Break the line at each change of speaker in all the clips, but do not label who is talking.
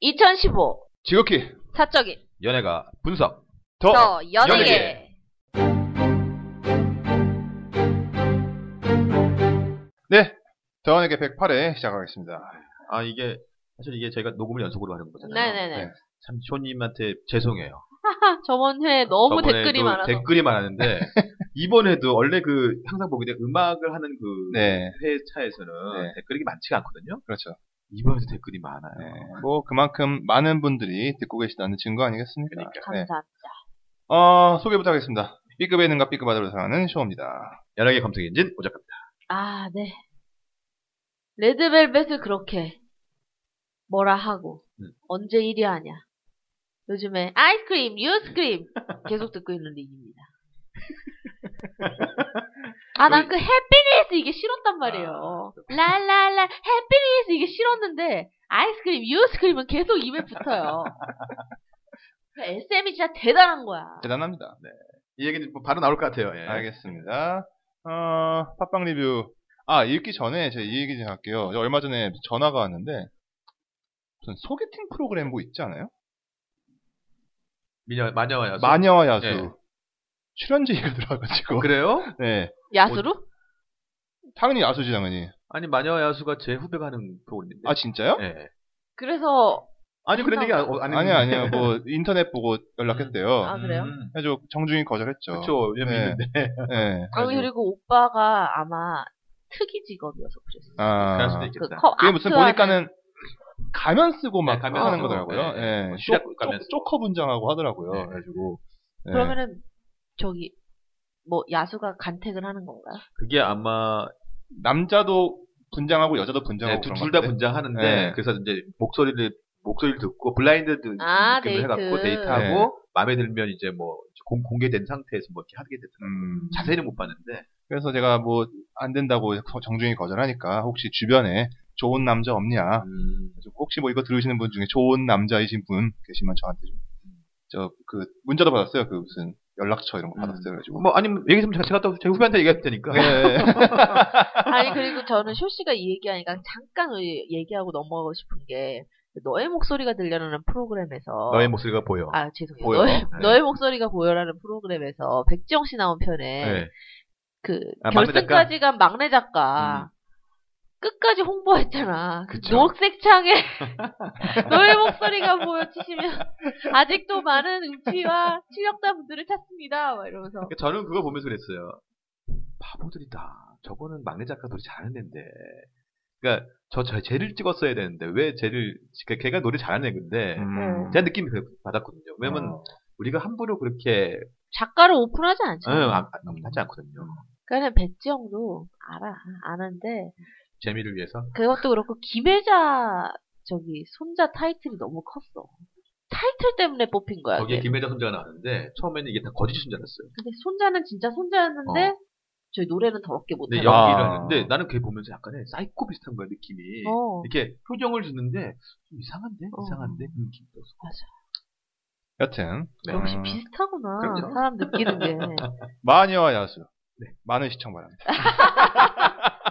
2015
지극히
사적인
연예가 분석 더
더 연예계
어? 연예계. 네, 더원에게 108회 시작하겠습니다.
아 이게 사실 이게 저희가 녹음을 연속으로 하는 거잖아요.
네네네
네.
참 쇼님한테 죄송해요.
하, 저번 회에 너무
저번에도
댓글이 많아서
댓글이 많았는데 이번에도 원래 그 항상 보게 돼 음악을 하는 그
네,
회차에서는
네.
댓글이 많지가 않거든요.
그렇죠.
이번에도 댓글이 많아요.
네, 뭐 그만큼 많은 분들이 듣고 계시다는 증거 아니겠습니까?
그러니까요.
네.
감사합니다
어, 소개 부탁하겠습니다. B급의 능과 B급 아들로 사랑하는 쇼입니다.
연예계 검색 엔진 오작갑니다.
아네 레드벨벳을 그렇게 뭐라 하고
음.
언제 1위 하냐 요즘에 아이스크림 유스크림 계속 듣고 있는 리입니다 아 난 그 해피니스 이게 싫었단 말이에요 랄랄라 해피니스 이게 싫었는데 아이스크림 유스크림은 계속 입에 붙어요 그 SM이 진짜 대단한 거야
대단합니다. 네,
이 얘기는 뭐 바로 나올 것 같아요. 예.
알겠습니다. 어, 팟빵 리뷰. 아, 읽기 전에 제가 이 얘기 좀 할게요. 저 얼마 전에 전화가 왔는데, 무슨 소개팅 프로그램 뭐 있지 않아요?
미녀 마녀와 야수.
마녀와 야수.
예.
출연자 얘기가 들어와가지고.
아, 그래요?
네.
야수로?
당연히 야수지, 당연히.
아니 마녀와 야수가 제 후배가 하는 프로그램인데.
아, 진짜요?
예.
그래서
아니 그런 얘기 안- 안
아니, 아니요. 뭐, 인터넷 보고 연락했대요.
아, 그래요?
그래서 정중히 거절했죠.
그렇죠. 왜냐면
네.
음. 있는데.
네.
아 그리고 오빠가 아마 특이 직업이어서 그랬어.
그럴
아.
수도
그
있겠다.
컵
그게 무슨
아트하는-
보니까는 가면 쓰고 막
네, 가면
하는
쓰고.
거더라고요.
네,
예.
뭐
쪼-
시작
쪼-
가면 쓰고.
쪼커 분장하고 하더라고요.
네.
그래가지고. 예.
그러면은 저기 뭐 야수가 간택을 하는 건가요?
그게 아마
남자도 분장하고 여자도 분장하고 그런
네, 둘 다
것 같은데.
분장하는데 예.
네.
그래서 이제 목소리를 목소리를 듣고 블라인드 드
아,
느낌을
데이트.
해갖고 데이트하고 마음에 들면 이제 뭐 공, 공개된 상태에서 뭐 이렇게 하게 되더라고요.
음,
자세히는 못 봤는데
그래서 제가 뭐 안 된다고 거- 정중히 거절하니까 혹시 주변에 좋은 남자 없냐?
음,
그래서 혹시 뭐 이거 들으시는 분 중에 좋은 남자이신 분 계시면 저한테 좀. 저 그 문자도 받았어요. 그 무슨 연락처 이런 거
음.
받았어요. 그래가지고.
뭐 아니면 얘기했으면 제가 갔다 오고 제 후배한테 얘기할 테니까
네.
아니 그리고 저는 쇼 씨가 이 얘기하니까 잠깐 의- 얘기하고 넘어가고 싶은 게 너의 목소리가 들려라는 프로그램에서
너의 목소리가 보여.
아 죄송해요
보여.
너의,
네.
너의 목소리가 보여라는 프로그램에서 백지영 씨 나온 편에
네.
그
아, 막내 음.
결승까지 간 막내 작가 끝까지 홍보했잖아.
그쵸.
녹색 창에 너의 목소리가 보여치시면 아직도 많은 음치와 실력자 분들을 찾습니다. 막 이러면서
그러니까 저는 그거 보면서 그랬어요. 바보들이다. 저거는 막내 작가 노래 잘하는 애인데. 그러니까 저, 저 쟤를 찍었어야 되는데 왜 쟤를 그러니까 걔가 노래 잘하는 애인데
음.
제가 느낌이 그- 받았거든요. 왜냐면
어.
우리가 함부로 그렇게 예,
작가를 오픈하지
음.
응,
않잖아.
안, 안, 하지 않거든요.
그러니까 백지영도 알아 아는데
재미를 위해서.
그것도 그렇고 김혜자 저기 손자 타이틀이 너무 컸어. 타이틀 때문에 뽑힌
아,
거야.
거기에
네.
걔.
김혜자 손자가 나왔는데 처음에는 이게 다 거짓 손자였어요.
근데 손자는 진짜 손자였는데
어.
저희 노래는 더럽게
근데
못해.
여-
연기를
아.
하는데 나는 걔 보면서 약간의 사이코 비슷한 거야 느낌이.
어.
이렇게 표정을 짓는데 좀 이상한데
어.
이상한데 그런 느낌이 들었어.
여튼
네.
역시
음,
비슷하구나.
그럼요.
사람 느끼는 게.
마녀와 야수
네.
많은 시청 바랍니다.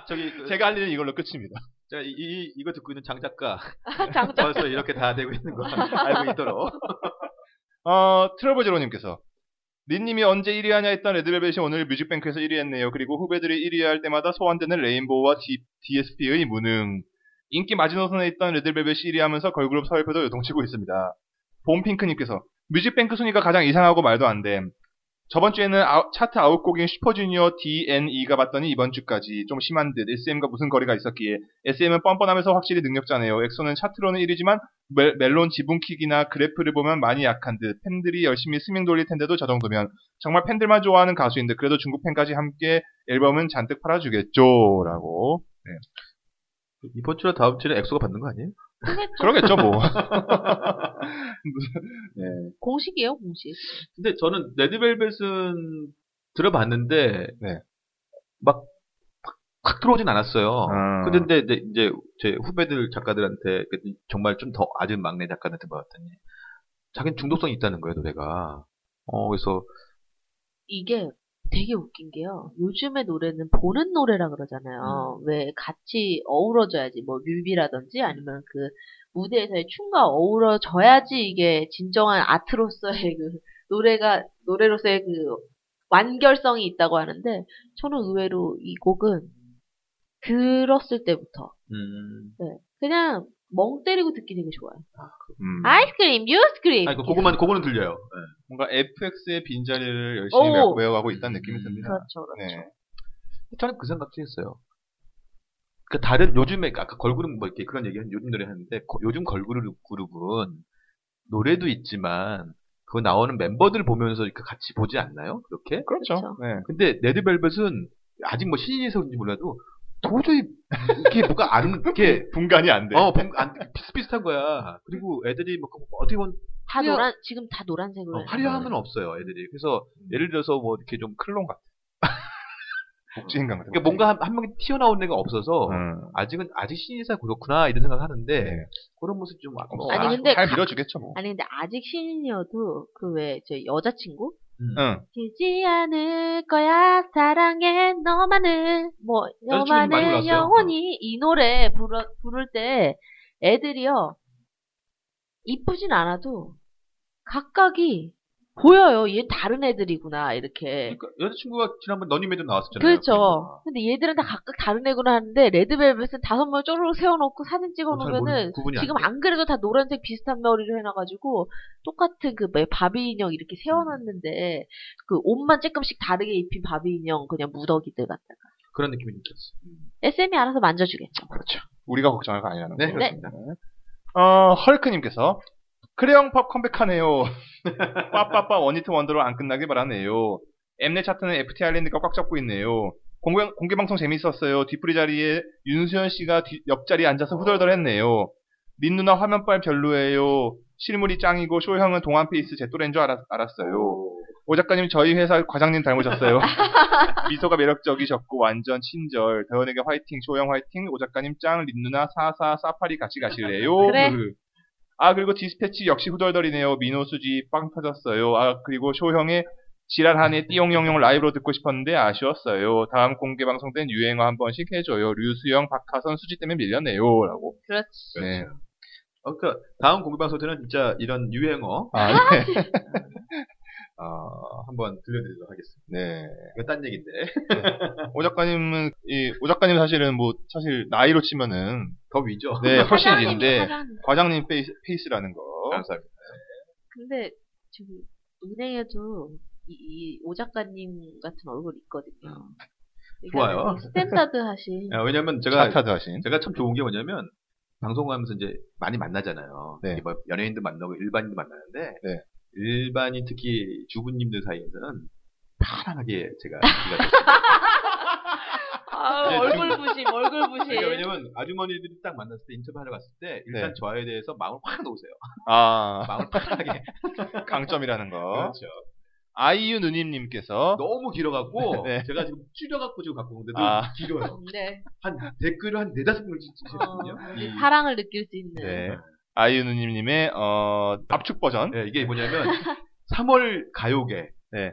저기 그, 제가
제가 할 일은 이걸로 끝입니다.
제가 이, 이 이거 듣고 있는 장 작가
아, 장작.
벌써 이렇게 다 되고 있는 거 알고 있도록.
어, 트러블 제로님께서 린님이 언제 1위 하냐 했던 레드벨벳이 오늘 뮤직뱅크에서 1위 했네요. 그리고 후배들이 1위 할 때마다 소환되는 레인보우와 D, s p 의 무능. 인기 마지노선에 있던 레드벨벳이 1위 하면서 걸그룹 서열표도 요동치고 있습니다. 봄핑크님께서 뮤직뱅크 순위가 가장 이상하고 말도 안 됨. 저번 주에는 아웃- 차트 아웃곡인 슈퍼주니어 DNE가 봤더니 이번 주까지 좀 심한 듯 SM과 무슨 거리가 있었기에 SM은 뻔뻔하면서 확실히 능력자네요. 엑소는 차트로는 1위지만 멜, 론 지분킥이나 그래프를 보면 많이 약한 듯 팬들이 열심히 스밍 돌릴 텐데도 저 정도면 정말 팬들만 좋아하는 가수인데 그래도 중국 팬까지 함께 앨범은 잔뜩 팔아주겠죠라고
그 이번 주나 다음 주는 엑소가 받는 거 아니에요?
그러겠죠 뭐
공식이에요, 공식.
근데 저는 레드벨벳은 들어봤는데
네.
막 확- 확 들어오진 않았어요.
아.
근데 이제- 이제 제 후배들 작가들한테 그- 정말 좀 더 아는 막내 작가한테 받았더니 자기는 중독성이 있다는 거예요 노래가. 어 그래서
이게 되게 웃긴 게요. 요즘의 노래는 보는
음.
노래라 그러잖아요. 왜 같이 어우러져야지. 뭐 뮤비라든지 아니면 그 무대에서의 춤과 어우러져야지 이게 진정한 아트로서의 그 노래가 노래로서의 그 완결성이 있다고 하는데 저는 의외로 이 곡은 들었을 때부터
음.
그냥 멍 때리고 듣기 되게 좋아요.
음.
아이스크림, 유스크림.
아, 그 그거만 그거는 들려요. 네.
뭔가 FX의 빈자리를 열심히
오.
메- 메워가고 있다는 느낌이 듭니다.
그렇죠.
네.
저는 그 생각도 했어요. 그 다른 요즘에 아까 걸그룹 뭐 이렇게 그런 얘기 한 요즘 노래 하는데 거- 요즘 걸그룹 그룹은 노래도 있지만 그 나오는 멤버들 보면서 이렇게 같이 보지 않나요? 그렇게?
그렇죠.
그렇죠.
네.
근데 레드벨벳은 아직 뭐 신인이서 그런지 몰라도 도저히 이게 뭐가 안 이게
분간이 안 돼.
어 방- 안, 비슷비슷한 거야. 그리고 애들이 뭐 어떻게 보면
다
그냥-
노란 지금 다 노란색으로.
어,
해요.
화려함은 없어요, 애들이. 그래서 예를 들어서 뭐 이렇게 좀 클론 같은.
복지인 강 같은. 네.
그러니까 뭔가 한, 한 명이 튀어나온 애가 없어서
음.
아직은 아직 신인이사 그렇구나 이런 생각하는데
네.
그런 모습 좀 아까
뭐,
어, 아니,
아,
근데
잘
가-
밀어주겠죠 뭐.
아니 근데 아직 신인이어도 그 왜 저 여자친구
응.
지지 않을 거야 사랑해 너만을 뭐
여자친구 많이
너만을
불렀어요.
영원히 이 노래 부르, 부를 때 애들이요 이쁘진 않아도 각각이 보여요 얘 다른 애들이구나 이렇게
그러니까 여자친구가 지난번 너님에도 나왔었잖아요.
그렇죠 근데 얘들은 다 각각 다른 애구나 하는데 레드벨벳은 다섯 명 쪼르륵 세워놓고 사진 찍어놓으면은
구분이
지금
안 돼.
안 그래도 다 노란색 비슷한 머리를 해놔가지고 똑같은 그 뭐야, 바비 인형 이렇게 세워놨는데 그 옷만 조금씩 다르게 입힌 바비 인형 그냥 무더기들 같다가
그런 느낌이 좀 들었어요.
SM이 알아서 만져주겠죠.
그렇죠. 우리가 걱정할 거 아니라는
네,
거.
그렇습니다.
어, 헐크님께서 크레용팝 컴백하네요. 빠빠빠 원히트 원더로 안 끝나길 바라네요. 엠넷 차트는 FT 아일랜드가 꽉 잡고 있네요. 공개, 공개 방송 재밌었어요. 뒷부리 자리에 윤수현 씨가 뒤- 옆자리에 앉아서 후덜덜했네요. 린 누나 화면빨 별로예요. 실물이 짱이고 쇼 형은 동안 페이스 제 또래인 줄 알았, 어요
오.
오 작가님 저희 회사 과장님 닮으셨어요. 미소가 매력적이셨고 완전 친절. 대원에게 화이팅, 조영 화이팅, 오 작가님 짱, 린 누나 사사 사파리 같이 가실래요?
그래.
흐흐. 아 그리고 디스패치 역시 후덜덜이네요. 민호 수지 빵 터졌어요. 아 그리고 쇼형의 지랄하네 띠용용용 라이브로 듣고 싶었는데 아쉬웠어요. 다음 공개 방송된 유행어 한 번씩 해줘요. 류수영, 박하선, 수지 때문에 밀렸네요.라고.
그렇지.
네.
어, 그러니까 다음 공개 방송 때는 진짜 이런 유행어
아, 네.
어, 한번 들려드리도록 하겠습니다.
네.
이거 딴 얘기인데.
오 작가님은 이오 작가님 사실은 뭐 사실 나이로 치면은
더 위죠.
네, 훨씬
사장님이
일인데
사장님.
과장님 페이스, 페이스라는 거.
감사합니다.
근데 지금 은행에도 이, 이오 작가님 같은 얼굴 있거든요. 그러니까
좋아요.
스탠다드 하신
아, 왜냐면 제가
차타드 하신.
제가 참 좋은 게 뭐냐면 방송하면서 이제 많이 만나잖아요.
네.
이게 뭐 연예인도 만나고 일반인도 만나는데
네.
일반인 특히 주부님들 사이에서는 편안하게 제가 얘기가 돼요.
아,
네,
얼굴 부심, 얼굴 부심.
그러니까 왜냐면 아주머니들이 딱 만났을 때 인터뷰하러 갔을 때 일단
네.
저에 대해서 마음을 확 놓으세요.
아,
마음을 편하게.
강점이라는 거.
그렇죠.
아이유 누님님께서.
너무 길어갖고
네.
제가 지금 줄여갖고 지금 갖고 오는데도
아.
길어요.
네,
한 댓글을 한 네다섯 개를
어,
찍거든요. 음.
우리 사랑을 느낄 수 있는.
네. 아이유 누님님의, 어, 압축 버전.
네, 이게 뭐냐면 3월 가요계를
네.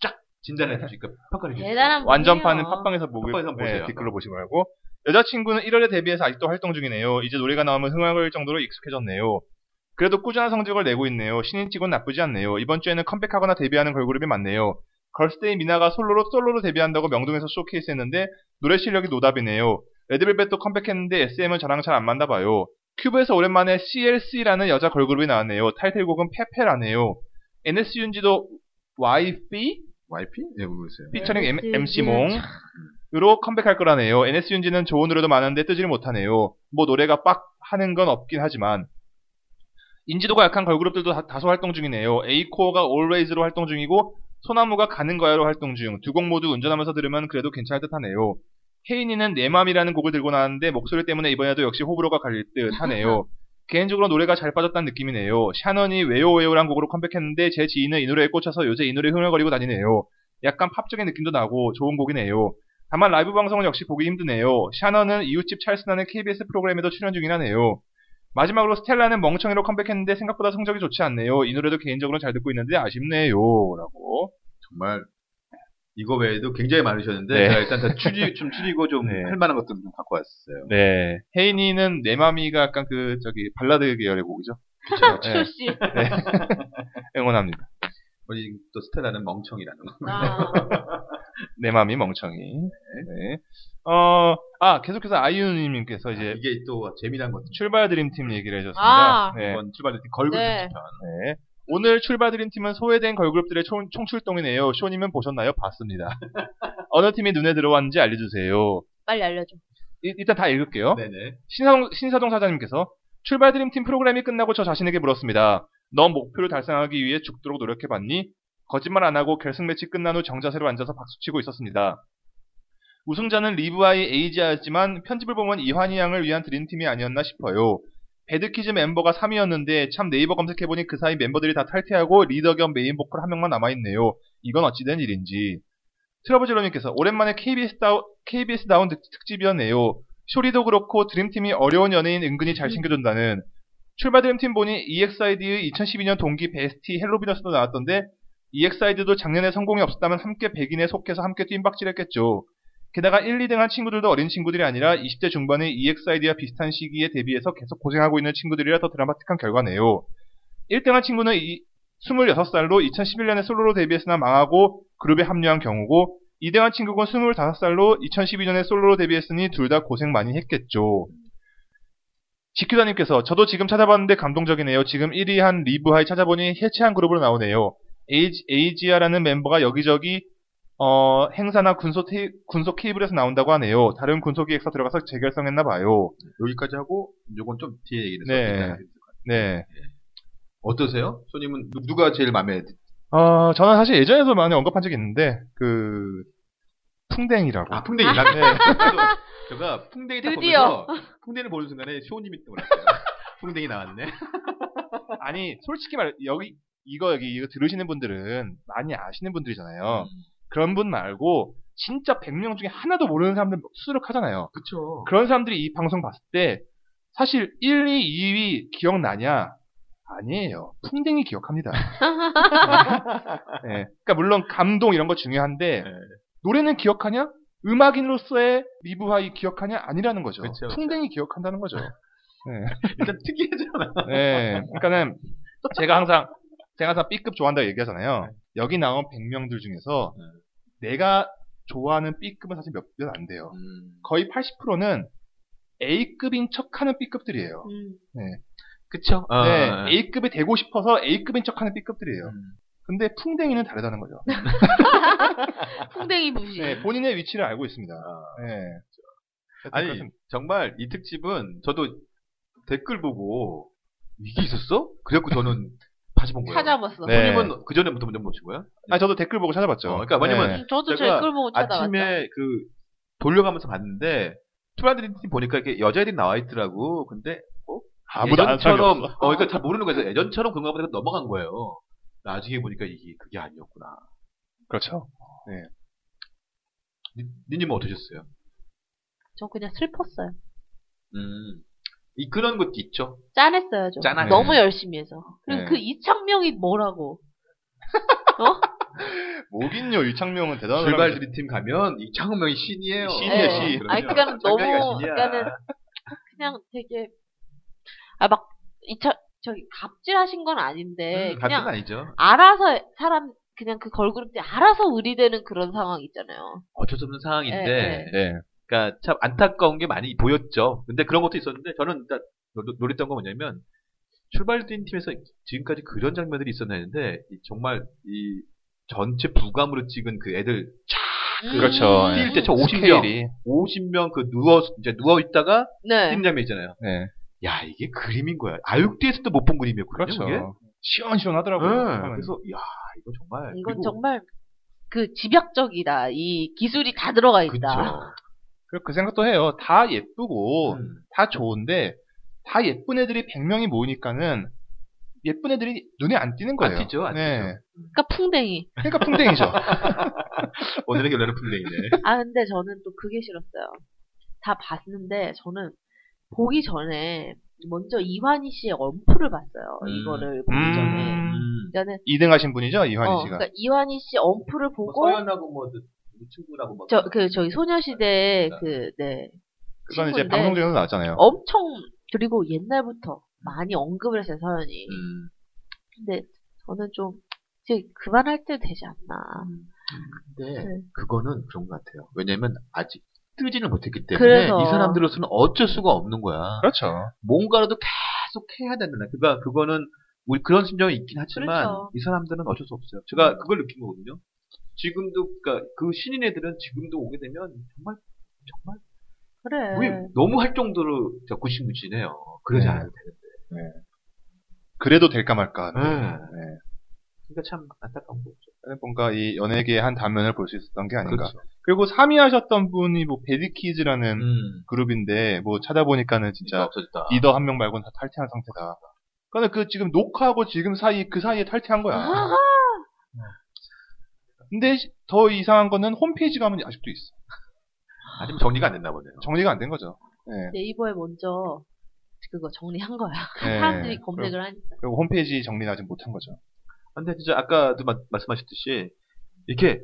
쫙 진단해 주니까 평가를 해주니까
대단한
완전판은
분이에요.
팟빵에서 보고,
팟빵에서 보세요.
댓글로 보시고 말고. 여자친구는 1월에 데뷔해서 아직도 활동 중이네요. 이제 노래가 나오면 흥얼거릴 정도로 익숙해졌네요. 그래도 꾸준한 성적을 내고 있네요. 신인치곤 나쁘지 않네요. 이번 주에는 컴백하거나 데뷔하는 걸그룹이 많네요. 걸스데이 미나가 솔로로 솔로로 데뷔한다고 명동에서 쇼케이스 했는데 노래 실력이 노답이네요. 레드벨벳도 컴백했는데 SM은 저랑 잘 안 맞나 봐요. 큐브에서 오랜만에 CLC라는 여자 걸그룹이 나왔네요. 타이틀곡은 페페라네요. NSUNG도 E? YP?
YP? 네, 모르겠어요.
피처링 M-
네, 네,
MC 몽.
참.
으로 컴백할 거라네요. NS윤지는 좋은 노래도 많은데 뜨지를 못하네요. 뭐 노래가 빡 하는 건 없긴 하지만 인지도가 약한 걸그룹들도 다, 소 활동 중이네요. 에이코어가 Always로 활동 중이고 소나무가 가는 거야로 활동 중. 두 곡 모두 운전하면서 들으면 그래도 괜찮을 듯하네요. 혜인이는 내 맘이라는 곡을 들고 나왔는데 목소리 때문에 이번에도 역시 호불호가 갈릴 듯하네요. 개인적으로 노래가 잘 빠졌다는 느낌이네요. 샤넌이 웨요웨요란 곡으로 컴백했는데 제 지인은 이 노래에 꽂혀서 요새 이 노래 흥얼거리고 다니네요. 약간 팝적인 느낌도 나고 좋은 곡이네요. 다만 라이브 방송은 역시 보기 힘드네요. 샤넌은 이웃집 찰스나는 KBS 프로그램에도 출연 중이라네요. 마지막으로 스텔라는 멍청이로 컴백했는데 생각보다 성적이 좋지 않네요. 이 노래도 개인적으로 잘 듣고 있는데 아쉽네요. 라고.
정말 이거 외에도 굉장히 많으셨는데
네.
제가 일단 다 추리 좀 추리고 좀
네.
할 만한 것들을 좀 갖고 왔어요.
네. 혜인이는 내 맘이가 약간 그, 저기, 발라드 계열의 곡이죠. 네.
출시.
응원합니다.
우리 또 스텔라는 멍청이라는 거.
아,
내 맘이 멍청이. 네. 어, 아, 계속해서 아이유님께서 이제
이게 또 재미난 것.
출발 드림팀 얘기를 해줬습니다.
아.
네.
이번 출발했던 걸그룹
네.
편.
네. 오늘 출발 드림팀은 소외된 걸그룹들의 총, 총출동이네요. 쇼님은 보셨나요? 봤습니다. 어느 팀이 눈에 들어왔는지 알려주세요.
빨리 알려줘.
일- 일단 다 읽을게요.
네네.
신사동, 신사동 사장님께서 출발 드림팀 프로그램이 끝나고 저 자신에게 물었습니다. 넌 목표를 달성하기 위해 죽도록 노력해봤니? 거짓말 안 하고 결승 매치 끝난 후 정자세로 앉아서 박수치고 있었습니다. 우승자는 리브아이 에이지아였지만 편집을 보면 이환희 양을 위한 드림팀이 아니었나 싶어요. 배드키즈 멤버가 3위였는데 참 네이버 검색해보니 그 사이 멤버들이 다 탈퇴하고 리더 겸 메인 보컬 한 명만 남아있네요. 이건 어찌된 일인지. 트러블제로님께서 오랜만에 KBS다운, KBS다운 특집이었네요. 쇼리도 그렇고 드림팀이 어려운 연예인 은근히 잘 챙겨준다는 출발 드림팀 E 보니 EXID의 2012년 동기 베스티 헬로비너스도 나왔던데 E EXID도 작년에 성공이 없었다면 함께 백인에 속해서 함께 뜀박질했겠죠. 게다가 1, 2등 한 친구들도 어린 친구들이 아니라 20대 중반의 E EXID와 비슷한 시기에 데뷔해서 계속 고생하고 있는 친구들이라 더 드라마틱한 결과네요. 1등한 친구는 이 26살로 2011년에 솔로로 데뷔했으나 망하고 그룹에 합류한 경우고 이대환 친구는 25살로 2012년에 솔로로 데뷔했으니 둘 다 고생 많이 했겠죠. 지큐다님께서 저도 지금 찾아봤는데 감동적이네요. 지금 1위 한 리브하이 찾아보니 해체한 그룹으로 나오네요. 에이지, 에이지아라는 멤버가 여기저기 어, 행사나 군소, 테이, 군소 케이블에서 나온다고 하네요. 다른 군소 기획사 들어가서 재결성했나 봐요.
여기까지 하고 요건 좀 뒤에 얘기를
네.
해서 얘기할 것 같아요.
네.
어떠세요? 손님은 누- 누가 제일 마음에 드-
어, 저는 사실 예전에도 많이 언급한 적이 있는데 그 풍뎅이라고.
아 풍뎅이 나
네.
그래서 제가 풍뎅이 딱
드디어.
보면서 풍뎅이를 보는 순간에 쇼님이 떠올랐어요. 풍뎅이 나왔네.
아니 솔직히 말 여기 이거 여기 이거 들으시는 분들은 많이 아시는 분들이잖아요.
음.
그런 분 말고 진짜 100명 중에 하나도 모르는 사람들 수두룩하잖아요.
그쵸.
그런 사람들이 이 방송 봤을 때 사실 1, 2, 2위 기억나냐? 아니에요. 풍뎅이 기억합니다. 네. 그러니까 물론 감동 이런 거 중요한데
네.
노래는 기억하냐? 음악인으로서의 리브하이 기억하냐? 아니라는 거죠.
그쵸, 그쵸.
풍뎅이 기억한다는 거죠.
일단 특이하잖아.
네. 그러니까는 제가 항상 제가 항상 B급 좋아한다고
네.
얘기하잖아요. 여기 나온 100명들 중에서 내가 좋아하는 B급은 사실 몇몇 안 돼요. 거의 80%는 A급인 척하는 B급들이에요.
음.
그쵸. 어,
네,
어, 어.
A급이 되고 싶어서 A급인 척하는 B급들이에요.
음.
근데 풍뎅이는 다르다는 거죠.
풍뎅이 무시.
네, 본인의 위치를 알고 있습니다.
아.
네.
아니 정말 이 특집은 저도 댓글 보고 이게 있었어? 그래갖고 저는 다시 본 거예요.
찾아봤어.
네.
손님은 그 전에부터 먼저 보신 거예요?
아, 저도 댓글 보고 찾아봤죠.
어, 그러니까 왜냐면
네.
음, 저도
제가
댓글 보고 찾아왔죠.
아침에 그 돌려가면서 봤는데 투라드림팀 보니까 이렇게 여자애들이 나와 있더라고. 근데
아무도 아는 사람이
예전처럼
없어.
어, 그러니까 잘 모르는 거예요. 예전처럼 그런가 보다 해서 넘어간 거예요. 나중에 보니까 이게 그게 아니었구나.
그렇죠.
니- 니님은 어떠셨어요?
저 그냥 슬펐어요.
음, 이 그런 것도 있죠.
짠했어요, 저.
짠하게.
너무 열심히 해서. 그리고
네.
그 이창명이 뭐라고.
뭐긴요, 유창명은 대단한
출발
사람이죠.
드림팀 가면 이 창호명이 신이에요.
신이에요, 네. 신.
아니, 그러니까 너무, 그러니까는 그냥 되게, 아, 막, 이차, 저기, 갑질하신 건 아닌데, 네,
같은
그냥
음, 아니죠.
알아서, 사람, 그냥 그 걸그룹들이 알아서 의리되는 그런 상황 있잖아요.
어쩔 수 없는 상황인데,
네,
네.
그러니까 참 안타까운 게 많이 보였죠. 근데 그런 것도 있었는데 저는 일단 노- 노렸던 건 뭐냐면 출발 팀에서 지금까지 그런 장면들이 있었나 했는데 이 정말 이 전체 부감으로 찍은 그 애들
음.
그렇죠.
뛸
네.
때 저
심지어.
50명, 50명 그 누워 이제 누워 있다가
네.
뛰는 장면 있잖아요.
네.
야 이게 그림인 거야. 아육대에서도 못 본
그렇죠.
그림이었거든요. 그게.
시원시원하더라고요.
네,
그러면.
그래서 야 이거 정말
이건
그리고-
정말 그 집약적이다. 이 기술이 다 들어가 있다.
그쵸.
그리고 그 생각도 해요. 다 예쁘고,
음.
다 좋은데, 다 예쁜 애들이 100명이 모이니까는, 예쁜 애들이 눈에 안 띄는 거예요.
안 띄죠, 안
네.
그러니까 풍뎅이.
그러니까 풍뎅이죠.
오늘의 결론은 플레이네.
아 근데 저는 또 그게 싫었어요. 다 봤는데 저는 보기 전에 먼저 이환희 씨의 엄프를 봤어요.
음.
이거를 보기 전에.
음.
그러니까는
2등 하신 분이죠, 이환희
어,
씨가.
네,
그러니까 이환희 씨 엄프를
뭐
보고
서연하고 뭐 그- 우리 친구라고 막.
저 그 저희 소녀시대 그네
그건 이제
친구인데
방송 중에서 나왔잖아요.
어.
엄청 그리고 옛날부터 많이 언급을 했어요 서연이.
음.
근데 저는 좀 이제 그만할 때 되지 않나.
음.
근데
네.
그거는 그런 것 같아요. 왜냐면 아직 뜨지는 못했기 때문에
그래서.
이 사람들로서는 어쩔 수가 없는 거야.
그렇죠.
뭔가라도 계속 해야 된다. 그러니까 그거는 우리 그런 심정이 있긴 하지만
그렇죠. 음.
이 사람들은 어쩔 수 없어요. 제가 그걸 느낀 거거든요. 지금도 그러니까 그 신인 애들은 지금도 오게 되면 정말 정말
그래.
거의 너무 할 정도로 진짜 구신구신해요. 그러지
네.
않아도 되는데.
그래도 될까 말까.
네.
네.
그러니까 참 안타까운 거죠.
뭔가 이 연예계의 한 단면을 볼 수 있었던 게 아닌가.
그렇죠.
그리고 3위 하셨던 분이 뭐 베디키즈라는
음,
그룹인데 뭐 찾아보니까는
진짜
진짜
없어졌다.
리더 한 명 말고는 다 탈퇴한 상태다. 그러니까 그 지금 녹화하고 지금 사이 그 사이에 탈퇴한 거야.
아하!
근데 시- 더 이상한 거는 홈페이지 가면 아직도 있어.
아직 정리가 안 됐나 보네요.
정리가 안 된 거죠. 네.
네이버에 먼저 그거 정리한 거야.
네.
사람들이 검색을 하니까.
그리고 홈페이지 정리는 아직 못한 거죠.
근데 진짜 아까도 마- 말씀하셨듯이 이렇게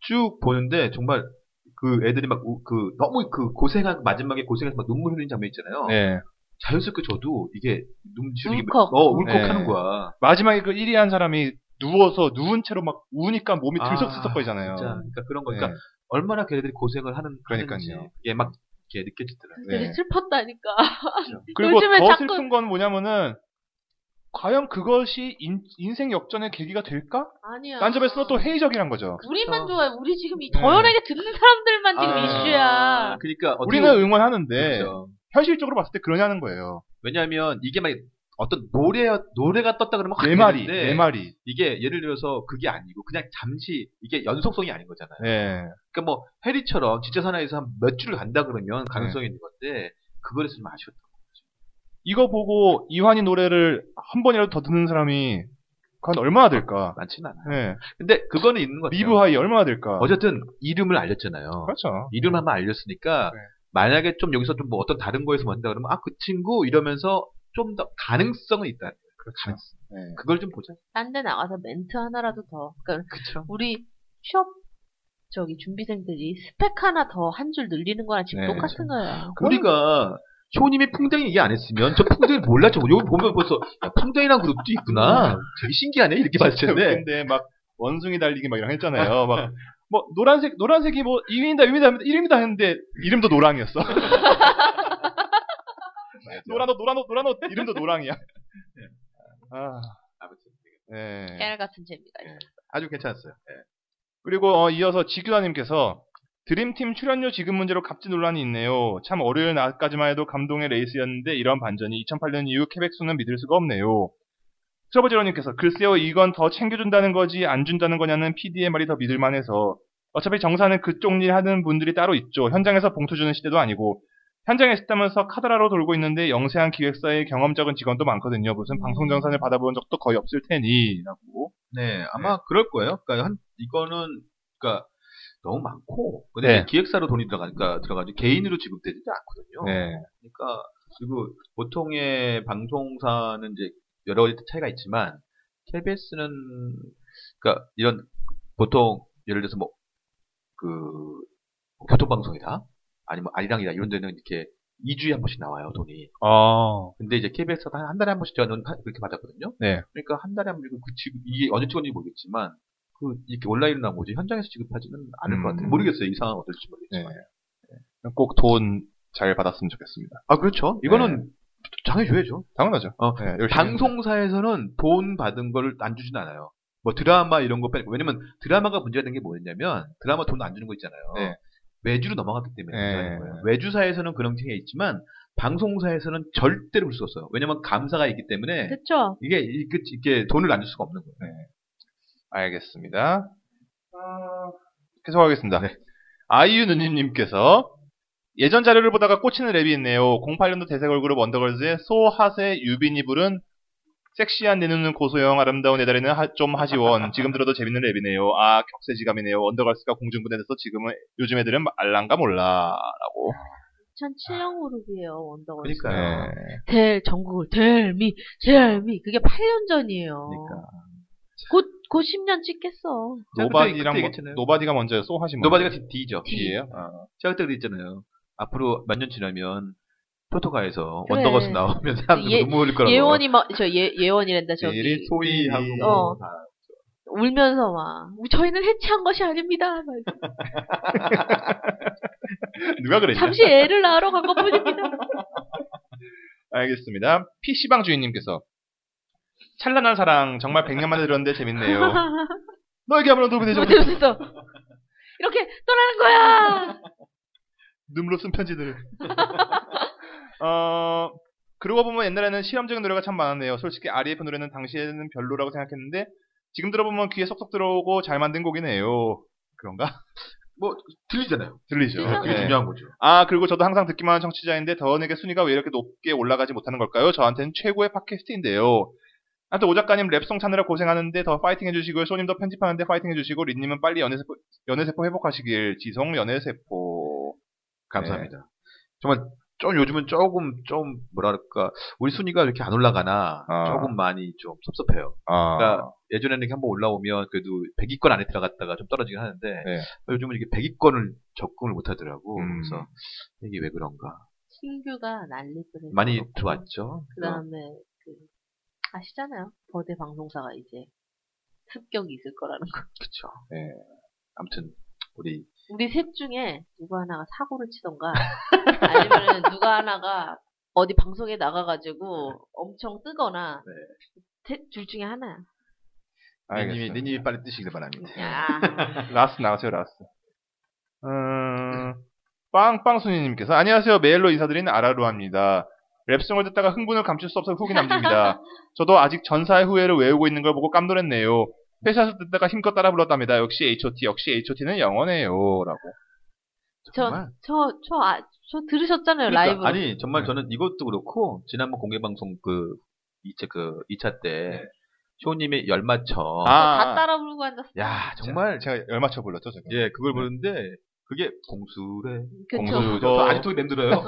쭉 보는데 정말 그 애들이 막 그 너무 그 고생한 마지막에 고생해서 막 눈물 흘리는
어.
장면 있잖아요.
네.
자연스럽게 저도 이게 눈물이
울컥.
어 울컥하는
네.
거야.
마지막에 그 1위 한 사람이 누워서 누운 채로 막 우니까 몸이
아,
그 들썩들썩거리잖아요.
진짜 그러니까 그런 거.
네.
그러니까 얼마나 걔네들이 고생을 하는
그러니까요.
하는지 이게 막 이렇게 느껴지더라고요.
되게
네.
슬펐다니까.
그리고
요즘에
더
자꾸-
슬픈 건 뭐냐면은 과연 그것이 인, 생 역전의 계기가 될까?
아니야.
딴 점에서 또 회의적인 거죠.
우리만
그렇죠.
좋아해. 우리 지금 이
네.
더연하게 듣는 사람들만 지금
아,
이슈야.
그러니까 어떻게
우리는 네. 응원하는데
그렇죠.
현실적으로 봤을 때 그러냐는 거예요.
왜냐하면 이게 막 어떤 노래 노래가 떴다 그러면 확
내 말이,
되는데
내 말이.
이게 예를 들어서 그게 아니고 그냥 잠시 이게 연속성이 아닌 거잖아요.
네.
그러니까 뭐 해리처럼 진짜 사나이에서 한 몇 주를 간다 그러면 가능성이
네.
있는 건데 그거에서 좀 아쉬웠다.
이거 보고 이환이 노래를 한 번이라도 더 듣는 사람이 과연 얼마나 될까?
많지는 않아요.
네.
근데 그거는 있는 것 같아요.
미브하이 얼마나 될까?
그렇죠. 어쨌든 이름을 알렸잖아요.
그렇죠.
이름 한번 알렸으니까
네.
만약에 좀 여기서 좀 뭐 어떤 다른 거에서 만다 그러면 아 그 친구 이러면서 좀 더 가능성은 있다.
그렇죠. 네.
그걸 좀 보자.
딴 데 나가서 멘트 하나라도 더. 그러니까
그렇죠.
우리 취업 저기 준비생들이 스펙 하나 더 한 줄 늘리는 거랑 지금
네,
똑같은 거야.
우리가 쇼님이 풍뎅이 얘기 안 했으면 저 풍뎅이 몰랐죠. 여기 보면 벌써 야, 풍뎅이란 그룹도 있구나. 되게 신기하네 이렇게 봤을 텐데.
근데 막 원숭이 달리기 막 이런 거 했잖아요. 막 뭐 노란색 노란색이 뭐 2위다 2위다 1위다 했는데 이름도 노랑이었어. 노란 옷 노란 옷 노란 옷 이름도 노랑이야. 아,
아무튼 되게
네.
깨알 같은 재미가 있어.
아주 괜찮았어요. 예.
그리고 어, 이어서 지규다님께서 드림팀 출연료 지급 문제로 갑질 논란이 있네요. 참 월요일 낮까지만 해도 감동의 레이스였는데 이런 반전이 2008년 이후 케벡수는 믿을 수가 없네요. 트러버지러님께서 글쎄요 이건 더 챙겨준다는 거지 안 준다는 거냐는 PD의 말이 더 믿을만해서 어차피 정사는 그쪽 일 하는 분들이 따로 있죠. 현장에서 봉투 주는 시대도 아니고 현장에 있다면서 카드라로 돌고 있는데 영세한 기획사의 경험적은 직원도 많거든요. 무슨 방송 정산을 받아본 적도 거의 없을 테니라고.
네, 아마 그럴 거예요. 그러니까 한 이거는 그러니까 너무 많고 근데
네.
기획사로 돈이 들어가니까 들어가지 개인으로 지급되지 않거든요.
네.
그러니까 그리고 보통의 방송사는 이제 여러 가지 차이가 있지만 KBS는 그러니까 이런 보통 예를 들어서 뭐 그 교통방송이다 아니면 아리랑이다 이런 데는 이렇게 2주에 한 번씩 나와요 돈이.
아. 근데
근데 이제 KBS가 한, 한 달에 한 번씩 저는 하- 그렇게 받았거든요.
네.
그러니까 한 달에 한 번씩 그 지급, 이게 어느 직원인지 모르겠지만, 그, 이렇게 온라인으로 나온 거지, 현장에서 지급하지는 않을 것
음.
같아요. 모르겠어요. 이 상황은 어떨지
네.
모르겠지만.
꼭 돈 잘 받았으면 좋겠습니다.
아, 그렇죠. 이거는 장해줘야죠.
당연하죠.
어,
네, 열심히
방송사에서는 돈 받은 거를 안 주진 않아요. 뭐 드라마 이런 거 빼고. 왜냐면 드라마가 문제가 된 게 뭐였냐면, 드라마 돈 안 주는 거 있잖아요.
네.
외주로 넘어갔기 때문에.
네.
문제가 된 거예요. 외주사에서는 그런 경우가 있지만, 방송사에서는 절대로 볼 수 없어요. 왜냐면 감사가 있기
네.
때문에,
아.
그쵸?
이게, 이- 그- 이게 돈을 안 줄 수가 없는 거예요.
알겠습니다. 계속하겠습니다. 네. 아이유 누님님께서 예전 자료를 보다가 꽂히는 랩이 있네요. 08년도 대세 걸그룹 원더걸스의 소하세 유빈이 부른 섹시한 내 눈은 고소영 아름다운 내 다리는 하- 좀 하시원 지금 들어도 재밌는 랩이네요. 아 격세지감이네요. 원더걸스가 공중분해돼서 지금은 요즘 애들은 알랑가 몰라라고
2007년 그룹이에요, 원더걸스.
그러니까요.
네.
델, 정국을, 델, 미, 델, 미. 그게 8년 전이에요.
그러니까.
곧, 곧 10년 찍겠어.
그때
노바디랑
얘기했잖아요.
뭐- 노바디가 먼저였어 하시
노바디가 D- D죠.
D예요?
제가 그때 그랬잖아요. 앞으로 몇 년 지나면 포토가에서
그래.
원더걸스 나오면 사람들
예-
눈물 흘릴 거라고.
예원이 막, 저 예, 예원이란다, 저기.
내일이 토이하고
어.
뭐.
울면서 막, 저희는 해체한 것이 아닙니다. 막 이렇게.
음. 누가
네.
그랬냐?
잠시 애를 낳으러 간 것 뿐입니다.
알겠습니다. PC방 주인님께서 찬란한 사랑 정말 100년 만에 들었는데 재밌네요. 너에게 아무런 도움이 되지 못해
못해서 이렇게 떠나는 거야.
눈물로 쓴 편지들. 어, 그러고 보면 옛날에는 실험적인 노래가 참 많았네요. 솔직히 RF 노래는 당시에는 별로라고 생각했는데 지금 들어보면 귀에 속속 들어오고 잘 만든 곡이네요. 그런가?
들리잖아요.
들리죠.
그죠?
그게
네.
중요한 거죠.
아 그리고 저도 항상 듣기만 한 청취자인데 더원에게 순위가 왜 이렇게 높게 올라가지 못하는 걸까요? 저한테는 최고의 팟캐스트인데요. 아무튼 오 작가님 랩송 찾느라 고생하는데 더 파이팅 해주시고요. 소님도 편집하는데 파이팅 해주시고 린님은 빨리 연애세포, 연애세포 회복하시길 지성 연애세포
감사합니다. 정말 좀 요즘은 조금 좀 뭐랄까 우리 순위가 이렇게 안 올라가나
아.
조금 많이 좀 섭섭해요.
아,
그러니까 예전에는 이렇게 한번 올라오면 그래도 100위권 안에 들어갔다가 좀 떨어지긴 하는데
네.
요즘은 이렇게 100위권을 접근을 못 하더라고.
음.
그래서 이게 왜 그런가.
신규가 난리 뻔했어.
많이 들어왔죠.
그 다음에, 그, 아시잖아요. 거대 방송사가 이제 습격이 있을 거라는 거.
그렇죠.
네.
아무튼 우리
우리 셋 중에 누구 하나가 사고를 치던가, 아니면 누가 하나가 어디 방송에 나가가지고 엄청 뜨거나,
네.
셋- 둘 중에 하나야.
알겠습니다.
니님이 님이 빨리 뜨시길 바랍니다.
야.
라스 나가세요, 라스. 음, 빵빵순이님께서, 안녕하세요. 메일로 인사드린 아라루아입니다. 랩송을 듣다가 흥분을 감출 수 없어 후기 남깁니다. 저도 아직 전사의 후예를 외우고 있는 걸 보고 깜놀했네요. 회사에서 듣다가 힘껏 따라 불렀답니다. 역시 HOT, 역시 HOT는 영원해요. 라고.
저, 저, 저, 아, 저 들으셨잖아요,
그러니까,
라이브.
아니 정말
네.
저는 이것도 그렇고 지난번 공개 방송 그 2차 그 2차 때 쇼님의 열맞춰
네. 아.
다 따라 부르고 앉았어.
야 정말
제가 열맞춰 불렀죠, 제가.
예 그걸
네.
보는데 그게 공수래
그쵸.
공수-
저
어.
아직도 맴들어요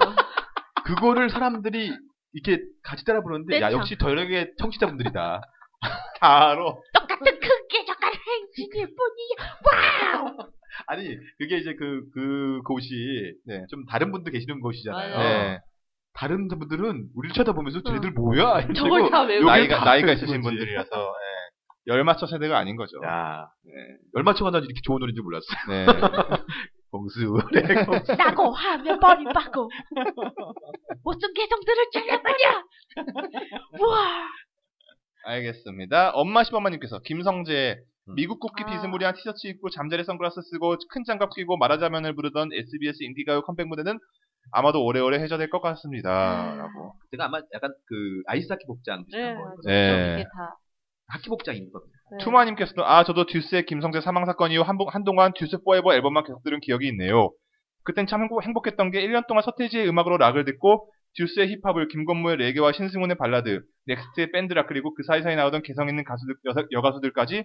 그거를 사람들이 이렇게 같이 따라 부르는데 야
떼창.
역시 저녁에 청취자분들이다
다 알아.
똑같은 크기, 똑같은 행진일 뿐이야.
아니 그게 이제 그 그 곳이
네.
좀 다른 분도 계시는 곳이잖아요
맞아요. 네.
다른 분들은 우리를 쳐다보면서 쟤네들 뭐야 이러고
저걸 다 외우고.
여기-
나이가,
다
나이가
그거지.
있으신 분들이라서, 예. 열맞춰 세대가 아닌 거죠.
야
네.
열맞춰가 나 이렇게 좋은 노래인 줄 몰랐어
네.
공수래 공수
나고 하면 머리 빠고. 모든 개성들을 잘라버려! 우와!
알겠습니다. 엄마 시범마님께서 김성재
음.
미국 국기
아.
비스무리한 티셔츠 입고 잠자리 선글라스 쓰고 큰 장갑 끼고 마라자면을 부르던 SBS 인디가요 컴백 무대는 아마도 오래오래 해저될 것 같습니다. 라고.
제가 아마 약간 그 아이스하키 복장
네,
비슷한 거
맞아요.
네.
이게 다.
하키 복장인 것 같아요.
네.
투마님께서도 아 저도 듀스의 김성재 사망 사건 이후 한복, 한동안 듀스 포에버 앨범만 계속 들은 기억이 있네요. 그땐 참 행복- 행복했던 게 1년 동안 서태지의 음악으로 락을 듣고 듀스의 힙합을 김건모의 레게와 신승훈의 발라드, 넥스트의 밴드락 그리고 그 사이사이 나오던 개성 있는 가수들 여사- 여가수들까지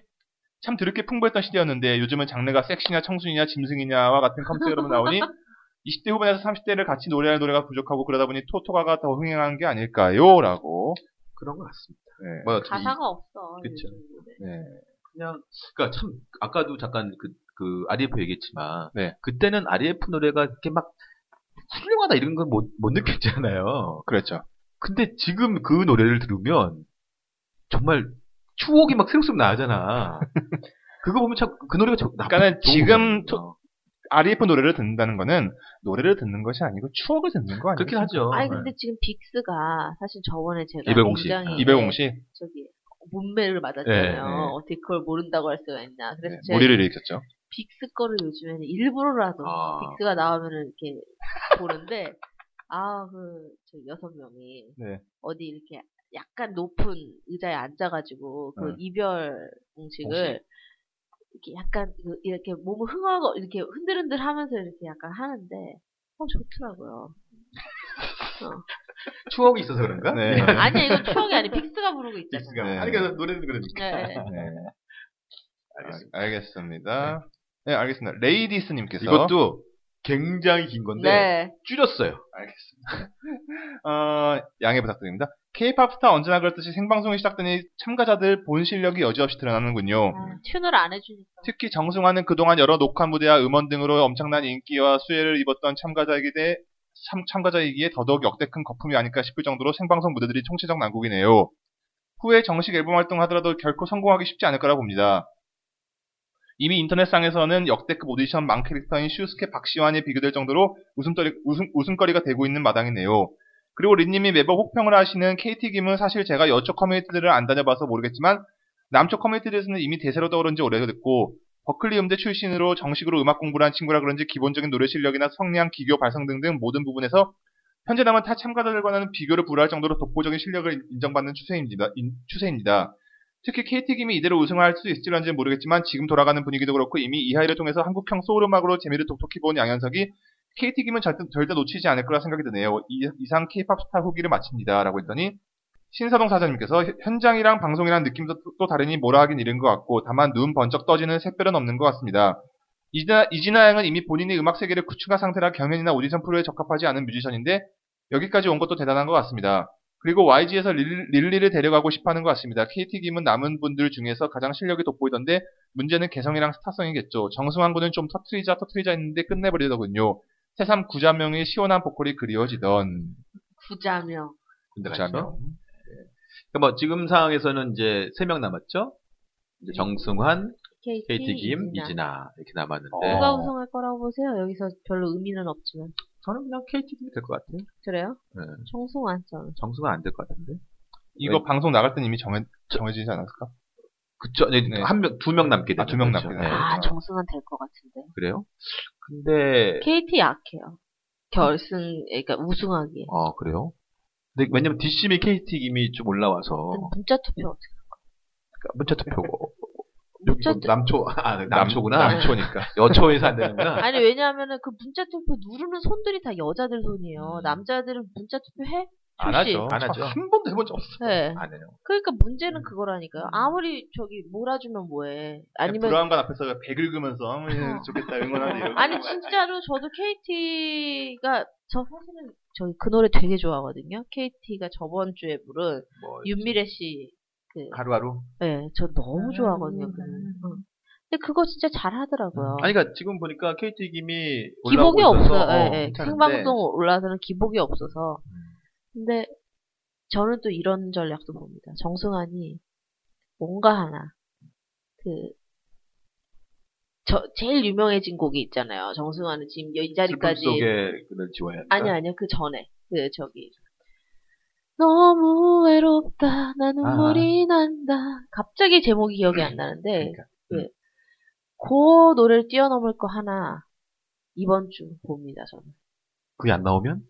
참 드럽게 풍부했던 시대였는데 요즘은 장르가 섹시냐 청순이냐 짐승이냐와 같은 컨셉으로 나오니 20대 후반에서 30대를 같이 노래할 노래가 부족하고 그러다 보니 토토가가 더 흥행한 게 아닐까요?라고.
그런 것 같습니다.
네.
뭐 어떻게 이-
가사가 없어.
그쵸.
요즘 노래.
네.
그냥 그러니까 참 아까도 잠깐 그, 그 RF 얘기했지만
네.
그때는 RF 노래가 이렇게 막 훌륭하다 이런 건 못 못 느꼈잖아요.
그렇죠.
근데 지금 그 노래를 들으면 정말 추억이 막 새록새록 나잖아. 그거 보면 참 그 노래가 참 나빠.
그러니까는
좋은
지금
거잖아요.
RF E 노래를 듣는다는 거는 노래를 듣는 것이 아니고 추억을 듣는 거 아니에요?
그렇긴 하죠.
아니, 근데 지금 빅스가 사실 저번에 제가
어, 네. 이별공 씨.
굉장히
이별공 씨
저기 몸매를
네, 네.
맞았잖아요. 어떻게 그걸 모른다고 할 수가 있나. 그래서
네,
제가
머리를 일으켰죠.
빅스 거를 요즘에는 일부러라도
아.
빅스가 나오면은 이렇게 보는데 아그저 여섯 명이
네.
어디 이렇게 약간 높은 의자에 앉아가지고 그
네.
이별 공식을 이렇게 약간 그- 이렇게 몸을 흥하고 이렇게 흔들흔들 하면서 이렇게 약간 하는데 어 좋더라고요.
추억이 있어서 그런가?
네.
아니야 이건 추억이 아니 빅스가 부르고 있잖아.
빅스가.
네.
아니 그러니까 노래는 그러니까.
네.
알겠습니다. 네, 알겠습니다. 네, 레이디스님께서
이것도 굉장히 긴 건데
네.
줄였어요.
알겠습니다. 어, 양해 부탁드립니다. K-pop 스타 언제나 그렇듯이 생방송이 시작되니 참가자들 본 실력이 여지없이 드러나는군요.
아, 튠을 안 해주니까.
특히 정승환은 그동안 여러 녹화 무대와 음원 등으로 엄청난 인기와 수혜를 입었던 참가자이기에 참, 참가자이기에 더더욱 역대 큰 거품이 아닐까 싶을 정도로 생방송 무대들이 총체적 난국이네요. 후에 정식 앨범 활동하더라도 결코 성공하기 쉽지 않을 거라 봅니다. 이미 인터넷상에서는 역대급 오디션 망 캐릭터인 슈스케 박시환이 비교될 정도로 웃음거리, 웃음, 웃음거리가 되고 있는 마당이네요. 그리고 린님이 매번 혹평을 하시는 KT 김은 사실 제가 여쪽 커뮤니티들을 안 다녀봐서 모르겠지만 남쪽 커뮤니티에서는 이미 대세로 떠오른 지 오래됐고 버클리 음대 출신으로 정식으로 음악 공부를 한 친구라 그런지 기본적인 노래 실력이나 성량, 기교, 발성 등등 모든 부분에서 현재 남은 타 참가자들과는 비교를 불허할 정도로 독보적인 실력을 인- 인정받는 추세입니다. 인- 추세입니다. 특히 KT 김이 이대로 우승을 할 수 있을지는 모르겠지만 지금 돌아가는 분위기도 그렇고 이미 이하이를 통해서 한국형 소울 음악으로 재미를 독특히 본 양현석이 KT 김은 절대, 절대 놓치지 않을 거라 생각이 드네요. 이, 이상 K-팝 스타 후기를 마칩니다. 라고 했더니 신사동 사장님께서 현- 현장이랑 방송이랑 느낌도 또- 또 다르니 뭐라 하긴 이른 것 같고 다만 눈 번쩍 떠지는 샛별은 없는 것 같습니다. 이진아, 이진아 양은 이미 본인의 음악 세계를 구축한 상태라 경연이나 오디션 프로에 적합하지 않은 뮤지션인데 여기까지 온 것도 대단한 것 같습니다. 그리고 YG에서 릴- 릴리를 데려가고 싶어하는 것 같습니다. KT 김은 남은 분들 중에서 가장 실력이 돋보이던데 문제는 개성이랑 스타성이겠죠. 정승환 군은 좀 터트리자 터트리자 했는데 끝내버리더군요. 새삼 구자명의 시원한 보컬이 그리워지던
부자명.
군대
그렇죠.
가시죠. 그러니까 뭐 지금 상황에서는 이제 세 명 남았죠. 이제 정승환,
KT,
KT 김,
이진아.
이진아 이렇게 남았는데
누가
어.
우승할 거라고 보세요? 여기서 별로 의미는 없지만.
저는 그냥 KT 김이 될 것 같아요.
그래요?
네.
정승환 저는.
정승환 안 될 것 같은데.
이거
네.
방송 나갈 땐 이미 정해, 정해지지 않았을까?
그쵸?
네.
한명두 명 남게
아,
되죠.
두명
그렇죠.
남게
네.
되죠.
아,
네.
정승환 될 것 같은데.
그래요? 근데
KT 약해요. 결승, 그러니까 우승하기에.
아 그래요? 근데 왜냐면 DC미 KT 김이 좀 올라와서
근데 문자 투표 어떻게.
그러니까 문자 투표고 여기
문자
뭐
투표.
남초 아 네, 남초구나
남-
남초니까.
여초에서 안 되는구나.
아니, 왜냐하면은 그 문자 투표 누르는 손들이 다 여자들 손이에요.
음.
남자들은 문자 투표해?
안
출시. 아,
하죠.
안 하죠.
한 번도 해본 적 없어.
네.
안 해요.
그러니까
음.
문제는 그거라니까요. 아무리 저기 몰아주면 뭐해. 아니면
브라운관 앞에서 백 읽으면서 하면 좋겠다 응원하네요.
아니 진짜로 저도 KT가 저 사실은 저 그 노래 되게 좋아하거든요. KT가 저번 주에 부른
뭐
윤미래 씨, 그,
하루하루.
네, 저 너무 좋아하거든요. 그. 응. 근데 그거 진짜 잘 하더라고요.
아니 그러니까 지금 보니까 KT 김이
기복이
올라오고 있어서,
없어요.
어,
예, 예.
괜찮은데.
생방송 올라서는 기복이 없어서.
음.
근데 저는 또 이런 전략도 봅니다. 정승환이 뭔가 하나 그 저, 제일 유명해진 곡이 있잖아요. 정승환은 지금 이 자리까지
슬픔 속에 그를 지워야 한다.
아니 아니요 그 전에 그 저기 너무 외롭다 나 눈물이 난다 갑자기 제목이 기억이 안 나는데
그러니까.
그, 그 노래를 뛰어넘을 거 하나 이번 주 봅니다 저는
그게 안 나오면?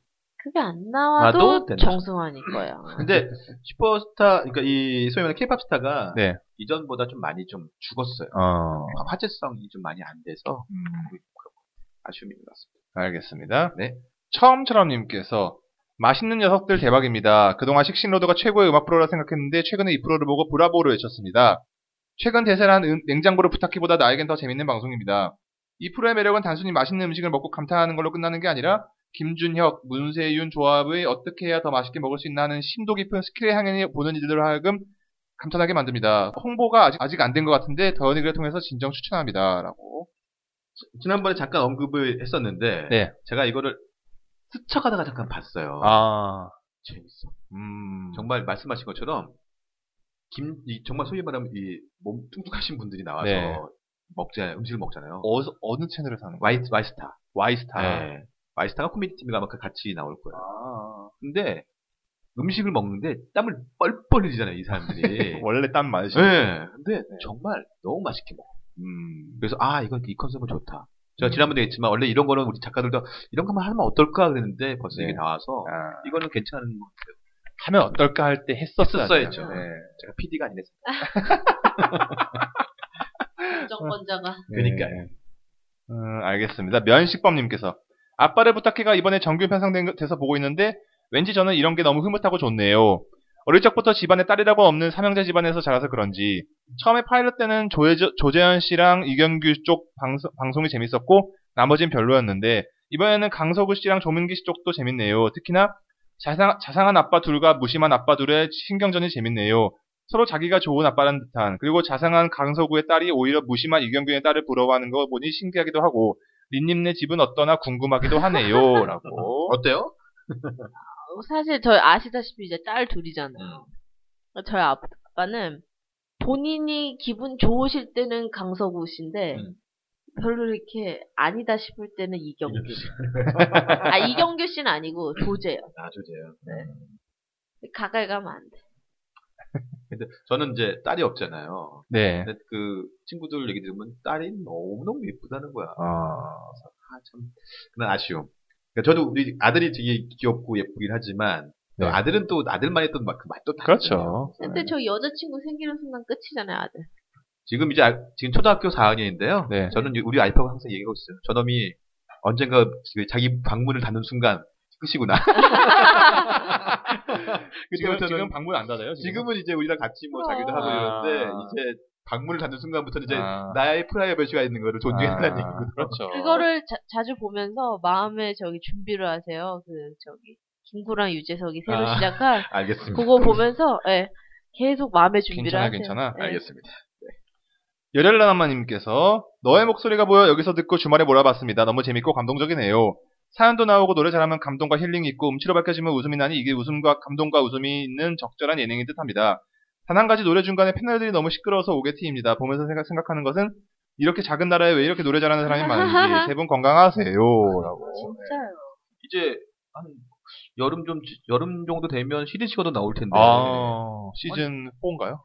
그게 안 나와도
나도 된다.
정승환일 거예요
근데 슈퍼스타 그러니까 이 소위 말하는 케이팝 스타가
네.
이전보다 좀 많이 좀 죽었어요.
어,
화제성이 좀 많이 안 돼서
음.
아쉬움인 것 같습니다.
알겠습니다.
네.
처음처럼님께서 맛있는 녀석들 대박입니다. 그동안 식신로드가 최고의 음악 프로라 생각했는데 최근에 이 프로를 보고 브라보를 외쳤습니다. 최근 대세란 음- 냉장고를 부탁해보다 나에겐 더 재밌는 방송입니다. 이 프로의 매력은 단순히 맛있는 음식을 먹고 감탄하는 걸로 끝나는 게 아니라 김준혁, 문세윤 조합의 어떻게 해야 더 맛있게 먹을 수 있나 하는 심도 깊은 스킬의 향연이 보는 이들로 하여금 감탄하게 만듭니다. 홍보가 아직, 아직 안 된 것 같은데 더현이 글을 통해서 진정 추천합니다. 라고.
지난번에 잠깐 언급을 했었는데
네.
제가 이거를 스쳐가다가 잠깐 봤어요.
아,
재밌어.
음.
정말 말씀하신 것처럼 김 이, 정말 소위 말하면 이몸 뚱뚱하신 분들이 나와서
네.
먹잖아요. 음식을 먹잖아요.
어디서- 어느 채널에서 하는 거예요?
와이 와이스타 와이스타
네.
와이스타가 코미디 팀이 아마 그 같이 나올 거예요.
아,
근데 음식을 먹는데 땀을 뻘뻘 흘리잖아요, 이 사람들이.
원래 땀 많으시죠?
네. 근데 정말 너무 맛있게 먹어. 그래서 아, 이건 이 컨셉은 좋다. 제가 지난번에 했지만 원래 이런 거는 우리 작가들도 이런 것만 하면 어떨까 그랬는데 벌써
네.
이게 나와서 이거는 괜찮은 것 같아요.
하면 어떨까 할 때 했었어야죠.
했었어야죠. 네. 제가 PD가 아니랬어요.
네.
정권자가
그러니까요.
음, 알겠습니다. 면식범님께서 아빠를 부탁해가 이번에 정규 편성돼서 보고 있는데 왠지 저는 이런 게 너무 흐뭇하고 좋네요. 어릴 적부터 집안에 딸이라고 없는 삼형제 집안에서 자라서 그런지 처음에 파일럿 때는 조재현 씨랑 이경규 쪽 방송, 방송이 재밌었고 나머진 별로였는데 이번에는 강서구 씨랑 조민기 씨 쪽도 재밌네요. 특히나 자상, 자상한 아빠 둘과 무심한 아빠 둘의 신경전이 재밌네요. 서로 자기가 좋은 아빠라는 듯한 그리고 자상한 강서구의 딸이 오히려 무심한 이경균의 딸을 부러워하는 거 보니 신기하기도 하고 린님네 집은 어떠나 궁금하기도 하네요라고
어때요?
어, 사실 저희 아시다시피 이제 딸
음.
둘이잖아요. 저희 아빠는 본인이 기분 좋으실 때는 강서구 씨인데
음.
별로 이렇게 아니다 싶을 때는 이경규.
이경규 씨.
아 이경규 씨는 아니고 조재요.
아, 주제요.
가까이 가면 안 돼.
근데 저는 이제 딸이 없잖아요.
네.
근데 그 친구들 얘기 들으면 딸이 너무너무 예쁘다는 거야.
아,
아, 참. 그런 아쉬움. 그러니까 저도 우리 아들이 되게 귀엽고 예쁘긴 하지만,
네.
아들은 또, 아들만의 또 막, 그 맛도 다.
그렇죠.
근데 저 여자친구 생기는 순간 끝이잖아요, 아들.
지금 이제, 아- 지금 초등학교 4학년인데요.
네.
저는 이제 우리 알파고 항상 얘기하고 있어요. 저놈이 언젠가 그 자기 방문을 닫는 순간, 끝이구나.
지금
그때부터는-
지금 방문 안 닫아요. 지금
지금은 이제 우리랑 같이 뭐 자기도 하고
아.
이러는데, 이제 방문을 닫는 순간부터는 이제
아.
나의 프라이버시가 있는 거를 존중한다는
아,
얘기거든요.
그렇죠.
그거를 자, 자주 보면서 마음에 저기 준비를 하세요. 그 저기 김구랑 유재석이 새로
아.
시작한
알겠습니다.
그거 보면서 예 계속 마음의 준비를
괜찮아,
하세요.
괜찮아.
예.
알겠습니다.
열혈라나마님께서 너의 목소리가 보여 여기서 듣고 주말에 몰아봤습니다. 너무 재밌고 감동적이네요. 사연도 나오고 노래 잘하면 감동과 힐링이 있고 음치로 밝혀지면 웃음이 나니 이게 웃음과 감동과 웃음이 있는 적절한 예능인 듯합니다. 단 한 가지 노래 중간에 패널들이 너무 시끄러워서 오게티입니다. 보면서 생각, 생각하는 것은 이렇게 작은 나라에 왜 이렇게 노래 잘하는 사람이 많은지 세 분 건강하세요. 라고.
진짜요.
이제 한 여름 좀 지- 여름 정도 되면 시리즈가 더 나올 텐데.
아, 시즌 4인가요?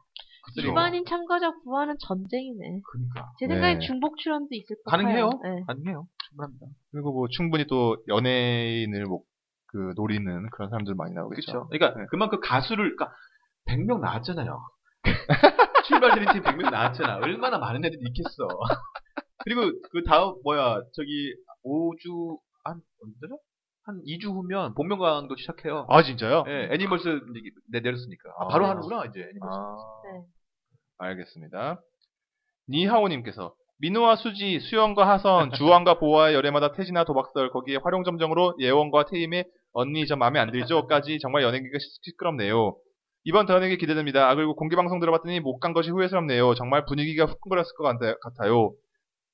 그죠.
일반인 참가자 구하는 전쟁이네.
그러니까
제 생각엔
네.
중복 출연도 있을 것
가능해요.
같아요. 예.
가능해요. 충분합니다.
그리고 뭐 충분히 또 연예인을 뭐, 그 노리는 그런 사람들 많이 나오겠죠.
그렇죠. 그러니까
네.
그만큼 가수를 그러니까 100명 나왔잖아요. 출발 드림팀 100명 나왔잖아. 얼마나 많은 애들이 있겠어. 그리고 그 다음 뭐야 저기 5주 한 언제죠? 한 2주 후면 복면가왕도 시작해요.
아 진짜요?
예, 애니멀스 얘기 내- 내렸으니까. 아, 바로
아.
하는구나 이제. 애니멀스.
네.
알겠습니다. 니하오님께서 민호와 수지, 수영과 하선, 주원과 보아의 열애마다 태진아 도박설 거기에 활용점정으로 예원과 태임의 언니 저 마음에 안 들죠까지 정말 연예기가 시- 시끄럽네요. 이번 더연에게 기대됩니다. 아 그리고 공개 방송 들어봤더니 못 간 것이 후회스럽네요. 정말 분위기가 후끈거렸을 것 같아- 같아요.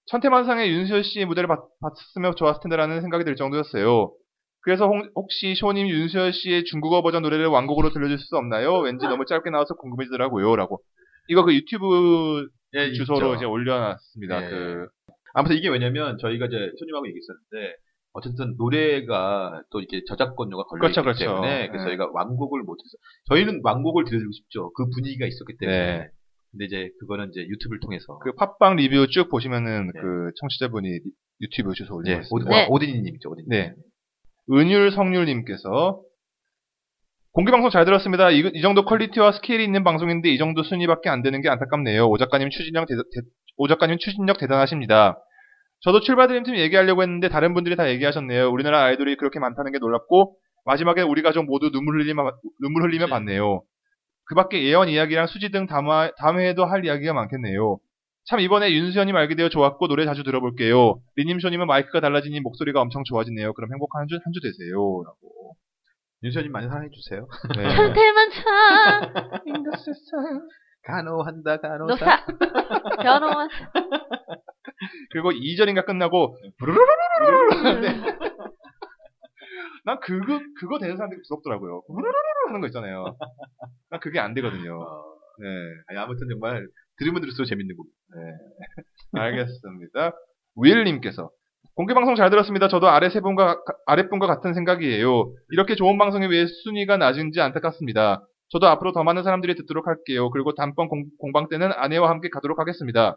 천태만상의 윤수열 씨의 무대를 봤, 으면 좋았을 텐데라는 생각이 들 정도였어요. 그래서 홍- 혹시 쇼님 윤수열 씨의 중국어 버전 노래를 완곡으로 들려줄 수 없나요? 왠지 너무 짧게 나와서 궁금해지더라고요.라고. 이거 그 유튜브
예,
주소로
있죠.
이제 올려놨습니다.
예.
그
아무튼 이게 왜냐면 저희가 이제 손님하고 얘기했었는데 어쨌든 노래가 또 이렇게 저작권료가 걸려
그렇죠,
있기
그렇죠.
때문에 그래서
네.
저희가 완곡을 못했어요. 저희는 완곡을 들려드리고 싶죠. 그 분위기가 있었기 때문에.
네.
근데 이제 그거는 이제 유튜브를 통해서
그 팟빵 리뷰 쭉 보시면은
네.
그 청취자분이 유튜브 주소 올리고
예, 오,
있습니다.
네.
오, 오디니님이죠, 오디니.
네. 은율 성률님께서 공개 방송 잘 들었습니다. 이, 이 정도 퀄리티와 스케일이 있는 방송인데 이 정도 순위밖에 안 되는 게 안타깝네요. 오 작가님 추진력 대, 대- 오 작가님 추진력 대단하십니다. 저도 출발드림팀 얘기하려고 했는데 다른 분들이 다 얘기하셨네요. 우리나라 아이돌이 그렇게 많다는 게 놀랍고 마지막에 우리 가족 모두 눈물 흘리며 눈물 흘리며
네.
봤네요. 그밖에 예언 이야기랑 수지 등 다음, 화- 다음 회에도 할 이야기가 많겠네요. 참 이번에 윤수연님 알게 되어 좋았고 노래 자주 들어볼게요. 리님 쇼님은 마이크가 달라지니 목소리가 엄청 좋아지네요. 그럼 행복한 한 주 한 주 되세요. 라고.
윤수현님 많이 사랑해주세요.
네.
천태만 상
간호한다,
노사
간호사.
변호원
그리고 2절인가 끝나고 난 그거 그거 되는 사람들이 부럽더라고요. 우르르르 하는 거 있잖아요. 난 그게 안 되거든요.
어,
네.
아니, 아무튼 정말 들으면 들을수록 재밌는 곡.
알겠습니다. 윌님께서 공개 방송 잘 들었습니다. 저도 아래 세 분과 아래 분과 같은 생각이에요. 이렇게 좋은 방송에 왜 순위가 낮은지 안타깝습니다. 저도 앞으로 더 많은 사람들이 듣도록 할게요. 그리고 다음번 공, 공방 때는 아내와 함께 가도록 하겠습니다.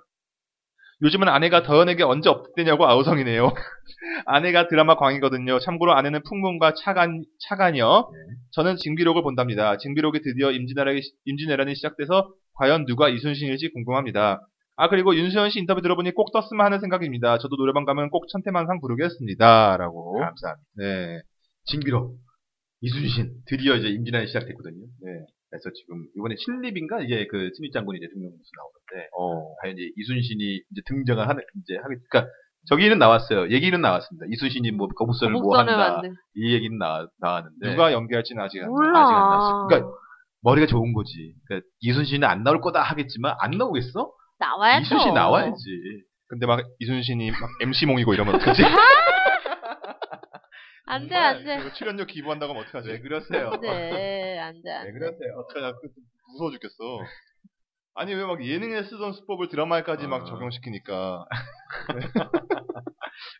요즘은 아내가 더현에게 언제 업되냐고 아우성이네요. 아내가 드라마 광이거든요. 참고로 아내는 풍문과 차간, 차간이요.
네.
저는 징비록을 본답니다. 징비록이 드디어 임진왜란이, 시- 임진왜란이 시작돼서 과연 누가 이순신일지 궁금합니다. 아 그리고 윤수현 씨 인터뷰 들어보니 꼭 떴으면 하는 생각입니다. 저도 노래방 가면 꼭 천태만상 부르겠습니다라고.
감사합니다.
네.
징비로. 이순신. 드디어 이제 임진환이 시작됐거든요. 네. 그래서 지금 이번에 신립인가? 이제 그 신립장군이 대통령 무수 나오는데.
어.
과연 이제 이순신이 이제 등장을 하는 이제 하겠 그러니까 저기는 나왔어요. 얘기는 나왔습니다. 이순신이 뭐 거북선을 뭐
목선을
한다.
만든.
이 얘기는 나, 나왔는데
누가 연기할지는 아직 안.
아직 안
몰라.
나왔어. 그러니까 머리가 좋은 거지. 그러니까 이순신은 안 나올 거다 하겠지만 안 나오겠어?
나와야죠.
이순신 나와야지.
근데 막 이순신이 막 MC 몽이고 이러면 어떡하지?
안 돼, 안 돼.
그리고 출연료 기부한다고 하면 어떡하지?
왜 그러세요?
안 돼, 안 돼. 안 돼.
왜 그러세요? 어떡하냐. 그- 무서워 죽겠어. 네. 아니, 왜 막 예능에 쓰던 수법을 드라마에까지
어.
막 적용시키니까.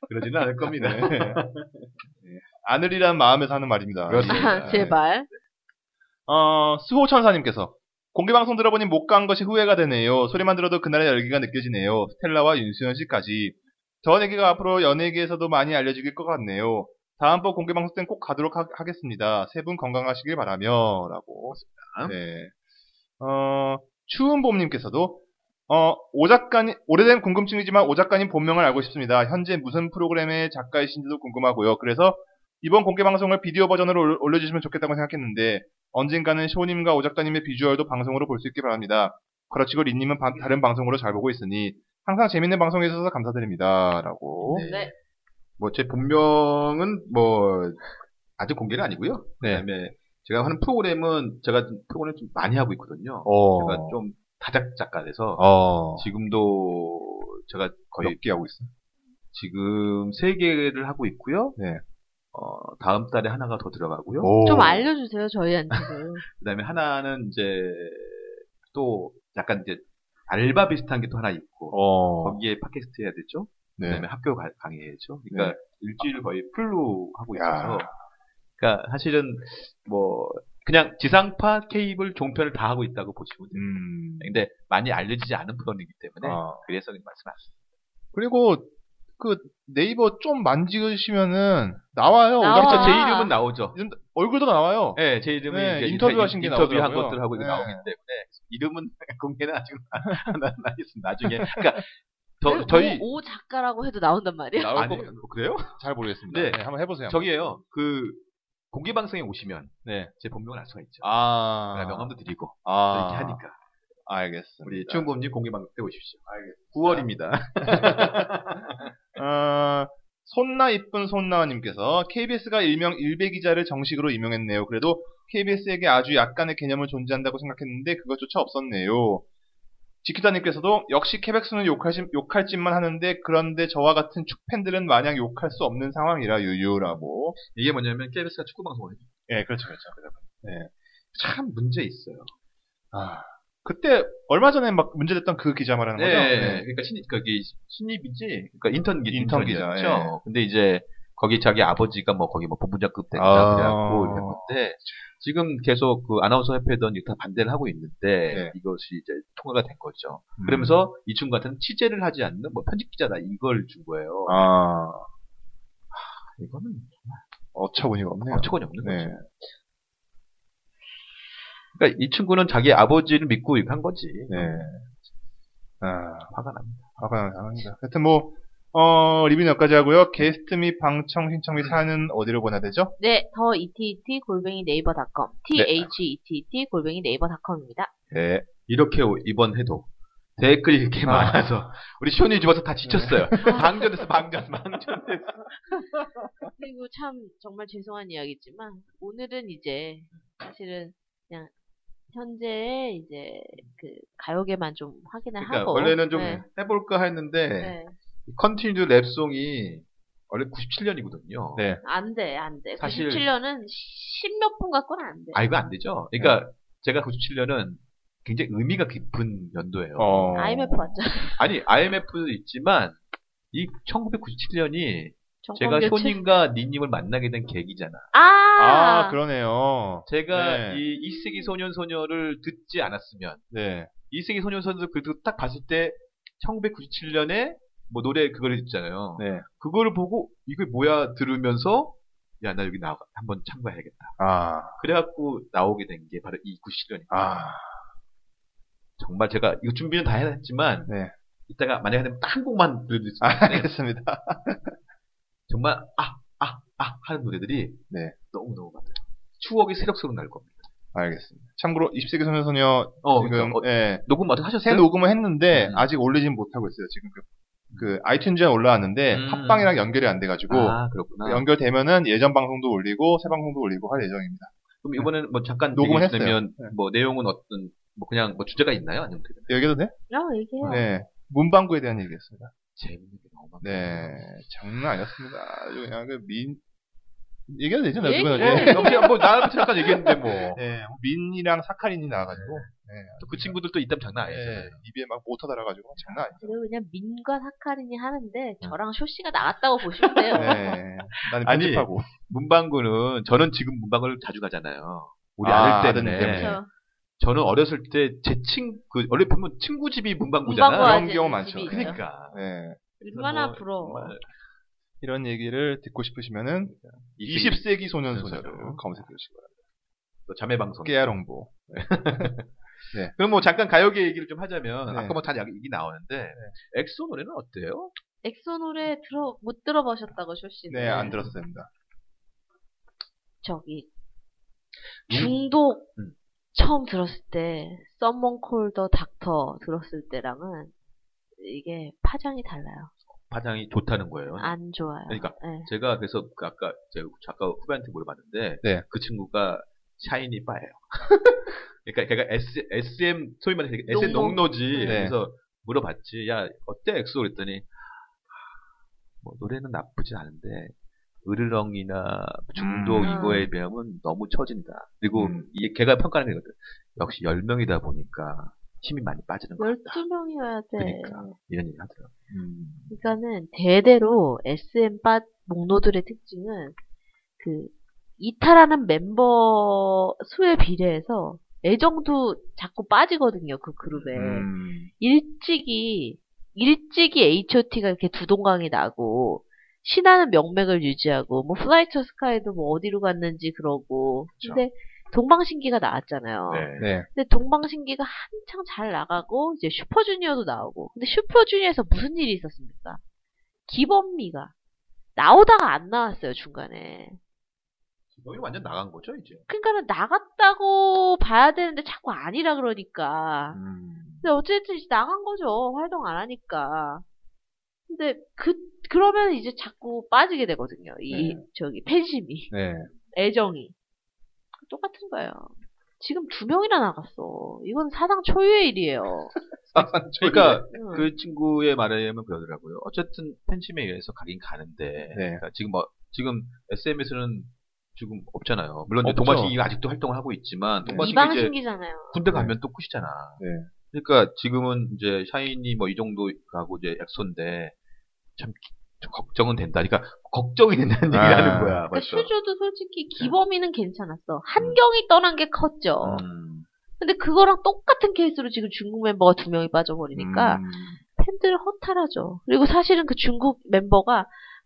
그러지는 않을 겁니다.
네. 네. 아늘이란 마음에서 하는 말입니다.
그렇습니다.
예.
제발.
어, 수호천사님께서 공개방송 들어보니 못 간 것이 후회가 되네요. 소리만 들어도 그날의 열기가 느껴지네요. 스텔라와 윤수현 씨까지. 전 얘기가 앞으로 연예계에서도 많이 알려지길 것 같네요. 다음번 공개방송 땐 꼭 가도록 하, 겠습니다 세 분 건강하시길 바라며. 라고.
음.
네. 어, 추운봄님께서도 어, 오 작가님, 오래된 궁금증이지만 오 작가님 본명을 알고 싶습니다. 현재 무슨 프로그램의 작가이신지도 궁금하고요. 그래서 이번 공개 방송을 비디오 버전으로 올- 올려주시면 좋겠다고 생각했는데 언젠가는 쇼님과 오 작가님의 비주얼도 방송으로 볼 수 있길 바랍니다. 그렇지고 린님은 바- 다른 방송으로 잘 보고 있으니 항상 재밌는 방송에 있어서 감사드립니다. 라고.
네.
네.
뭐 제 본명은 뭐 아직 공개는 아니고요.
네.
그다음에 제가 하는 프로그램은 제가 좀 프로그램 좀 많이 하고 있거든요.
어.
제가 좀 다작 작가 돼서
어.
지금도 제가 거의
몇개 하고 있어요?
지금 세 개를 하고 있고요.
네.
어, 다음 달에 하나가 더 들어가고요.
좀 알려주세요, 저희한테도.
그다음에 하나는 이제 또 약간 이제 알바 비슷한 게 또 하나 있고
어.
거기에 팟캐스트 해야 되죠.
네.
그다음에 학교 가- 강의죠. 그러니까
네.
일주일 거의 풀로 하고
야.
있어서. 그러니까 사실은 뭐 그냥 지상파 케이블 종편을 다 하고 있다고 보시면 돼요.
음.
근데 많이 알려지지 않은 프로이기 때문에
아.
그래서 말씀하셨어요.
그리고 그 네이버 좀 만지시면은 나와요.
나와.
오작가
아.
그러니까 제 이름은 나오죠.
얼굴도 나와요.
네, 제 이름은
네,
이제
인터뷰하신 게
인터뷰한
나오더라고요.
것들 하고 이게
네.
나오기 때문에 이름은 공개는 아직 안 하겠습니다. 나중에 그러니까
그리고
저, 저희
오, 오 작가라고 해도 나온단 말이에요.
네, 뭐, 나올
아니, 뭐
거-
그래요?
잘 모르겠습니다.
네.
네, 한번 해보세요.
저기에요. 그 공개 방송에 오시면
네.
제 본명을 알 수가 있죠.
아.
제가 명함도 드리고
아.
이렇게 하니까.
알겠습니다.
우리 추은범님 공개방 때 오십시오. 알겠습니다. 9월입니다.
어, 손나 이쁜 손나님께서 KBS가 일명 일베 기자를 정식으로 임명했네요. 그래도 KBS에게 아주 약간의 개념은 존재한다고 생각했는데 그것조차 없었네요. 지키다님께서도 역시 케백스는 욕할, 짓- 욕할 짓만 하는데 그런데 저와 같은 축팬들은 마냥 욕할 수 없는 상황이라 유유라고.
이게 뭐냐면 KBS가 축구 방송을 해요.
예, 그렇죠, 그렇죠. 그래서, 예.
참 문제 있어요.
아, 그때 얼마 전에 막 문제됐던 그 기자 말하는 거죠? 네.
그러니까 신입 거기 신입이지. 그러니까 인턴 네. 기
인턴 기자,
인턴이었죠. 근데 이제 거기 자기 아버지가 뭐 거기 뭐 본부장급 된다
아.
그래갖고 이랬는데 지금 계속 그 아나운서 협회던 다 반대를 하고 있는데
네.
이것이 이제 통과가 된 거죠.
음.
그러면서 이충 같은 취재를 하지 않는 뭐 편집 기자다 이걸 준 거예요.
아,
이거는
어처구니가 없네요.
어처구니 없는
네.
거죠. 그러니까 이 친구는 자기 아버지를 믿고 한 거지.
네. 아.
화가 납니다.
화가 나는 상황입니다. 하여튼 뭐, 어, 리뷰는 여기까지 하고요. 게스트 및 방청, 신청 및 사연은 어디로 보내야 되죠?
네, 더 ETT 골뱅이 네이버닷컴. THETT 골뱅이 네이버닷컴입니다.
네.
이렇게 오- 이번 해도 댓글이 이렇게 많아서 우리 시온이 집어서 다 지쳤어요.
네.
방전됐어, 방전, 방전됐어.
그리고 참 정말 죄송한 이야기지만 오늘은 이제 사실은 그냥 현재 이제 그 가요계만 좀 확인을
그러니까
하고
원래는 좀
네,
해볼까 했는데
네.
컨티뉴 랩송이 원래 97년이거든요.
네.
안 돼, 안 돼.
사실-
97년은 십몇 분 갖고는 안 돼.
아 이거 안 되죠. 그러니까
네.
제가 97년은 굉장히 의미가 깊은 연도예요.
어.
IMF 왔잖아.
아니 IMF도 있지만 이 1997년이
어, 네,
제가
정권 교체.
쇼님과 니님을 만나게 된 계기잖아.
아,
아, 그러네요.
제가
네.
이 이세기 소년 소녀를 듣지 않았으면
네.
이세기 소년 소녀 그딱 걸 봤을 때 1997년에 뭐 노래 그걸 듣잖아요.
네.
그거를 보고 이게 뭐야 들으면서 야 나 여기 나 한번 참가해야겠다.
아,
그래갖고 나오게 된 게 바로 이 97년입니다.
아,
정말 제가 이거 준비는 다 해놨지만
네.
이따가 만약에 되면 딱한 곡만 들을 수
아,
있는데
알겠습니다.
정말 아 아 아 하는 노래들이
네.
너무 너무 많아요. 추억이 새록새록 날 겁니다.
알겠습니다. 참고로 20세기 소녀소녀
어,
지금
그러니까 어,
예,
녹음 어떻게 하셨어요?
새 녹음을 했는데
음.
아직 올리진 못하고 있어요. 지금 그 그 아이튠즈에 올라왔는데
음.
팟빵이랑 연결이 안 돼가지고
아, 그렇구나.
연결되면은 예전 방송도 올리고 새 방송도 올리고 할 예정입니다.
그럼 이번에는 뭐 잠깐
녹음은 했어요.
되면
네.
뭐 내용은 어떤 뭐 그냥 뭐 주제가 있나요? 아니면 어떻게 되나요?
여기도 돼?
아, 얘기해요.
네. 문방구에 대한 얘기였습니다.
재밌는 게 너무
네.
많네.
장난 아니었습니다. 아주 그냥 그 민, 얘기해도 되죠? 나
얘기해.
누구나.
네,
네.
여기 뭐 나한테 잠깐 얘기했는데 뭐.
네. 민이랑 사카린이 나와가지고. 네.
또그 친구들 또 이따면 장난 아니에요.
네. 입에 막 모터 달아가지고. 장난 아니에요.
그리고 그냥 민과 사카린이
음.
하는데 저랑 쇼씨가 나갔다고 보시면 돼요.
네. 나는
아니,
편집하고.
문방구는 저는 지금 문방구를 자주 가잖아요. 우리
아,
아, 들 때문에.
아드님 때문에.
그렇죠.
저는 어렸을 때 제 친, 그, 원래 보면 친구 집이 문방구잖아.
문방구 아재
경우 많죠.
집이 있죠.
그러니까.
네.
얼마나
뭐
부러워.
정말
이런 얘기를 듣고 싶으시면은
이
20세기 소년
소녀로.
소녀로 검색해 주시기 바랍니다.
또 자매 방송.
깨알홍보.
그럼 뭐 잠깐 가요계 얘기를 좀 하자면
네.
아까 뭐 다 얘기 나오는데 엑소 노래는 어때요?
엑소 노래 들어 못 들어보셨다고 쇼씨는.
네, 안 들었습니다.
저기
음.
중독
음.
처음 들었을 때 썸먼 콜더 닥터 들었을 때랑은 이게 파장이 달라요.
파장이 좋다는 거예요.
안 좋아요.
그러니까.
네.
제가 그래서 그 아까 제가 작가 후배한테 물어봤는데
네.
그 친구가 샤이니 바예요. 그러니까 걔가 S, SM 소위 말해서 SM
농노.
농노지
네.
그래서 물어봤지. 야 어때 엑소 그랬더니 뭐 노래는 나쁘진 않은데 으르렁이나 중독
음.
이거에 비하면 너무 처진다. 그리고
음.
이게 걔가 평가하는 거거든. 역시 10명이다 보니까 힘이 많이 빠지는 거 같다.
12명이어야 돼.
그러니까 이런 얘기 하더라고.
음.
그러니까는 대대로 SM 빠 목노들의 특징은 그 이탈하는 멤버 수에 비례해서 애정도 자꾸 빠지거든요 그 그룹에
음.
일찍이 일찍이 H.O.T가 이렇게 두동강이 나고 신화는 명맥을 유지하고 뭐 플라이 투 스카이도 뭐 어디로 갔는지 그러고 근데 동방신기가 나왔잖아요.
네.
네.
근데 동방신기가 한창 잘 나가고 이제 슈퍼주니어도 나오고 근데 슈퍼주니어에서 무슨 일이 있었습니까? 기범미가 나오다가 안 나왔어요 중간에
여기 완전 나간 거죠 이제.
그러니까는 나갔다고 봐야 되는데 자꾸 아니라 그러니까
음.
근데 어쨌든 이제 나간 거죠 활동 안 하니까 근데 그 그러면 이제 자꾸 빠지게 되거든요 이
네.
저기 팬심이
네.
애정이 똑같은 거예요 지금 두 명이나 나갔어 이건 사상 초유의 일이에요
그러니까
음.
응.
그 친구의 말에 의하면 그러더라고요. 어쨌든 팬심에 의해서 가긴 가는데
네.
그러니까 지금 뭐 지금 SM에서는 지금 없잖아요. 물론 이제
없죠.
동방신기가 아직도 활동을 하고 뭐 있지만
네.
동방신기 이제
이방신기잖아요.
군대 가면 또 끝이잖아.
네.
그러니까 지금은 이제 샤이니 뭐 이 정도 가고 이제 엑소인데 참, 기- 좀 걱정은 된다. 그러니까 걱정이 된다는
아.
얘기하는 거야.
그러니까
벌써.
슈즈도 솔직히 기범이는 괜찮았어. 한경이 떠난 게 컸죠.
네. 음.
근데 그거랑 똑같은 케이스로 지금 중국 멤버가 두 명이 빠져버리니까
음.
팬들 허탈하죠. 그리고 사실은 그 중국 멤버가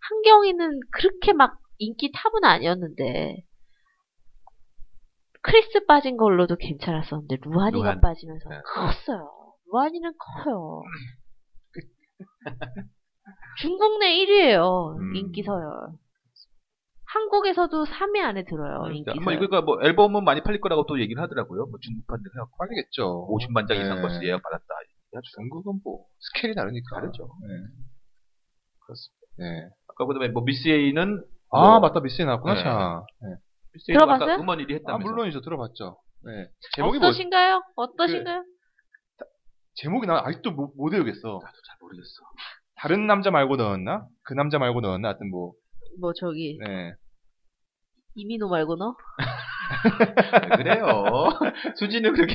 한경이는 그렇게 막 인기 탑은 아니었는데 크리스 빠진 걸로도 괜찮았었는데 루한이가
루한.
빠지면서
네.
컸어요. 루한이는 커요. 중국 내 1위예요.
음.
인기 서열. 한국에서도 3위 안에 들어요. 인기
그러니까,
서열.
뭐, 그러니까 뭐 앨범은 많이 팔릴 거라고 또 얘기를 하더라고요. 뭐 중국판들 해갖고
빠지겠죠.
50만 장 이상
네.
벌써 예약 받았다.
중국은 뭐 스케일이 다르니까
다르죠.
그렇습니다. 네.
아까 그다음에 뭐 미스 A는
아
뭐
맞다 미스 나왔구나
네.
참. 네.
미스 A도 아까
들어봤어요?
음원 1위 했다면서.
아 물론이죠 들어봤죠. 네. 제목이 뭐
어떠신가요? 어떠신가요?
제목이 나 아직도 못, 못 외우겠어.
나도 잘 모르겠어.
다른 남자 말고 넣었나? 그 남자 말고 넣었나? 하여튼 뭐
뭐 저기
네.
이민호 말고 너?
아, 그래요. 수진은 그렇게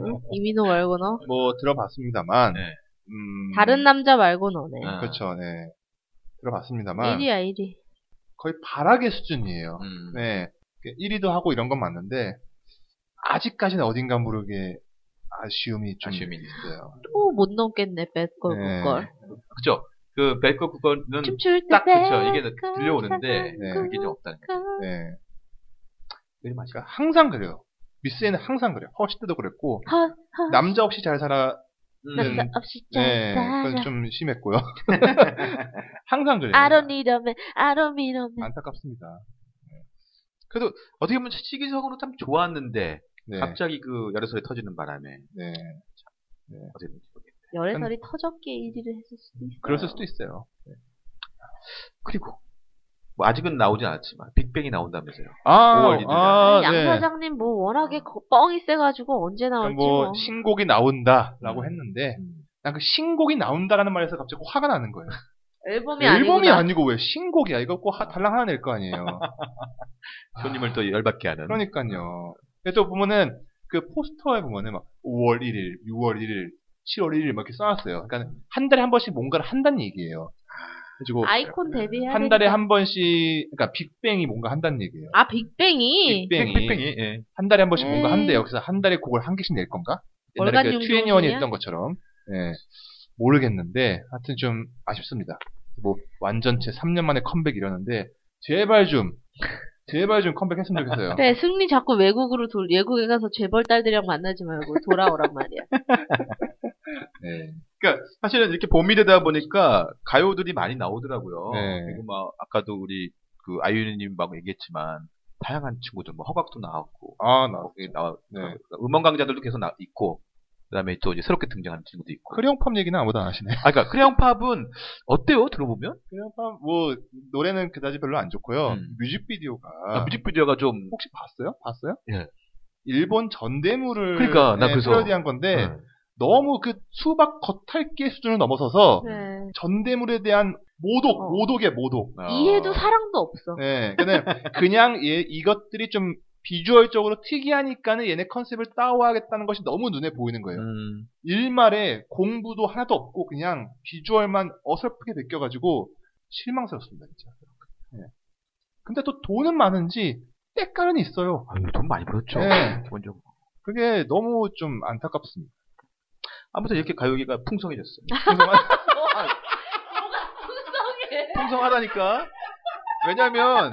응? 이민호 말고 너?
뭐 들어봤습니다만.
네.
음,
다른 남자 말고 너네.
아.
그렇죠. 네. 들어봤습니다만
1위야 1위.
거의 발악의 수준이에요.
음.
네. 1위도 하고 이런 건 맞는데 아직까지는 어딘가 모르게 아쉬움이 좀
아쉬움이
있어요.
또 못 넘겠네 뱃걸
네.
굿걸.
그죠. 그 벨커 그거는
춤출 때
딱 그쵸. 이게
뱃걸,
들려오는데
네.
뱃걸,
그게 좀 없다는 거.
굿걸.
네.
되게 맛있어.
그러니까 항상 그래요. 미스에는 항상 그래요. 허시 때도 그랬고
허, 허,
남자 없이 잘 살아.
남자
음.
없이
네,
잘
그건
살아.
좀 심했고요. 아, 항상 그래요. 그러니까
I don't need a man, I don't need a man.
안타깝습니다.
그래도 어떻게 보면 시기적으로 참 좋았는데
네,
갑자기 그 여러 소리 터지는 바람에
네.
어떻게 됐는지 모르겠네.
열애설이 터졌기에 1위를 했을 수도 있어요.
그랬을 수도 있어요.
네. 그리고 뭐 아직은 나오진 않았지만 빅뱅이 나온다면서요.
아,
오월 이틀이야.
아,
아니, 양 사장님 뭐 워낙에 거- 뻥이 세가지고 언제 나올지 뭐.
뭐 신곡이 나온다라고
음.
했는데
음.
난 그 신곡이 나온다라는 말에서 갑자기 화가 나는 거예요.
앨범이 아니고
앨범이 아니고 왜 신곡이야? 이거 꼭 하- 달랑 하나 낼 거 아니에요.
손님을 더 열받게 하는.
아. 그러니까요. 근데 또 보면은 그 포스터에 보면은 막 5월 1일, 6월 1일, 7월 1일 막 이렇게 써놨어요. 그러니까 한 달에 한 번씩 뭔가를 한다는 얘기예요. 그리고
아이콘 데뷔해야
한 달에
되니까.
한 번씩, 그러니까 빅뱅이 뭔가 한다는 얘기예요.
아 빅뱅이
빅뱅이,
빅뱅이 예.
한 달에 한 번씩 뭔가
에이.
한대요. 그래서 한 달에 곡을 한 개씩 낼 건가?
음. 월간
옛날에 그
용종이냐?
트웬티원이 했던 것처럼. 예. 모르겠는데 하여튼 좀 아쉽습니다. 뭐 완전체 3년 만에 컴백이라는데 제발 좀 제발 좀 컴백했으면 좋겠어요.
그래 네, 승리 자꾸 외국으로 돌 외국에 가서 재벌 딸들이랑 만나지 말고 돌아오란 말이야.
네.
그러니까 사실은 이렇게 봄이 되다 보니까 가요들이 많이 나오더라고요.
네.
그리고 막 아까도 우리 그 아이유님 막 얘기했지만 다양한 친구들 뭐 허각도 나왔고
아, 나
뭐 이게 나와
네.
그러니까 음원 강자들도 계속 나 있고 그다음에 또 이제 새롭게 등장하는 친구도 있고.
크룡팝 얘기는 아무도 안 하시네.
아 그러니까 크레용 팝은 어때요? 들어보면
크룡팝 뭐 노래는 그다지 별로 안 좋고요.
음.
뮤직비디오가
아, 뮤직비디오가 좀
혹시 봤어요? 봤어요?
예.
일본 전대물을
그러니까, 나
네,
그래서-
패러디한 건데
네.
너무 그 수박 겉핥기 수준을 넘어서서
네.
전대물에 대한 모독,
어.
모독의 모독.
이해도
아,
사랑도 없어.
네, 근데 그냥 얘- 이것들이 좀 비주얼적으로 특이하니까는 얘네 컨셉을 따와야겠다는 것이 너무 눈에 보이는 거예요.
음,
일말에 공부도 하나도 없고 그냥 비주얼만 어설프게 느껴가지고 실망스럽습니다, 진짜. 네. 근데 또 돈은 많은지 때깔은 있어요.
아유, 돈 많이 벌었죠.
네.
기본적으로.
그게 너무 좀 안타깝습니다.
아무튼 이렇게 가요계가
죄송한-
풍성해졌어요.
풍성해.
풍성하다니까. 왜냐면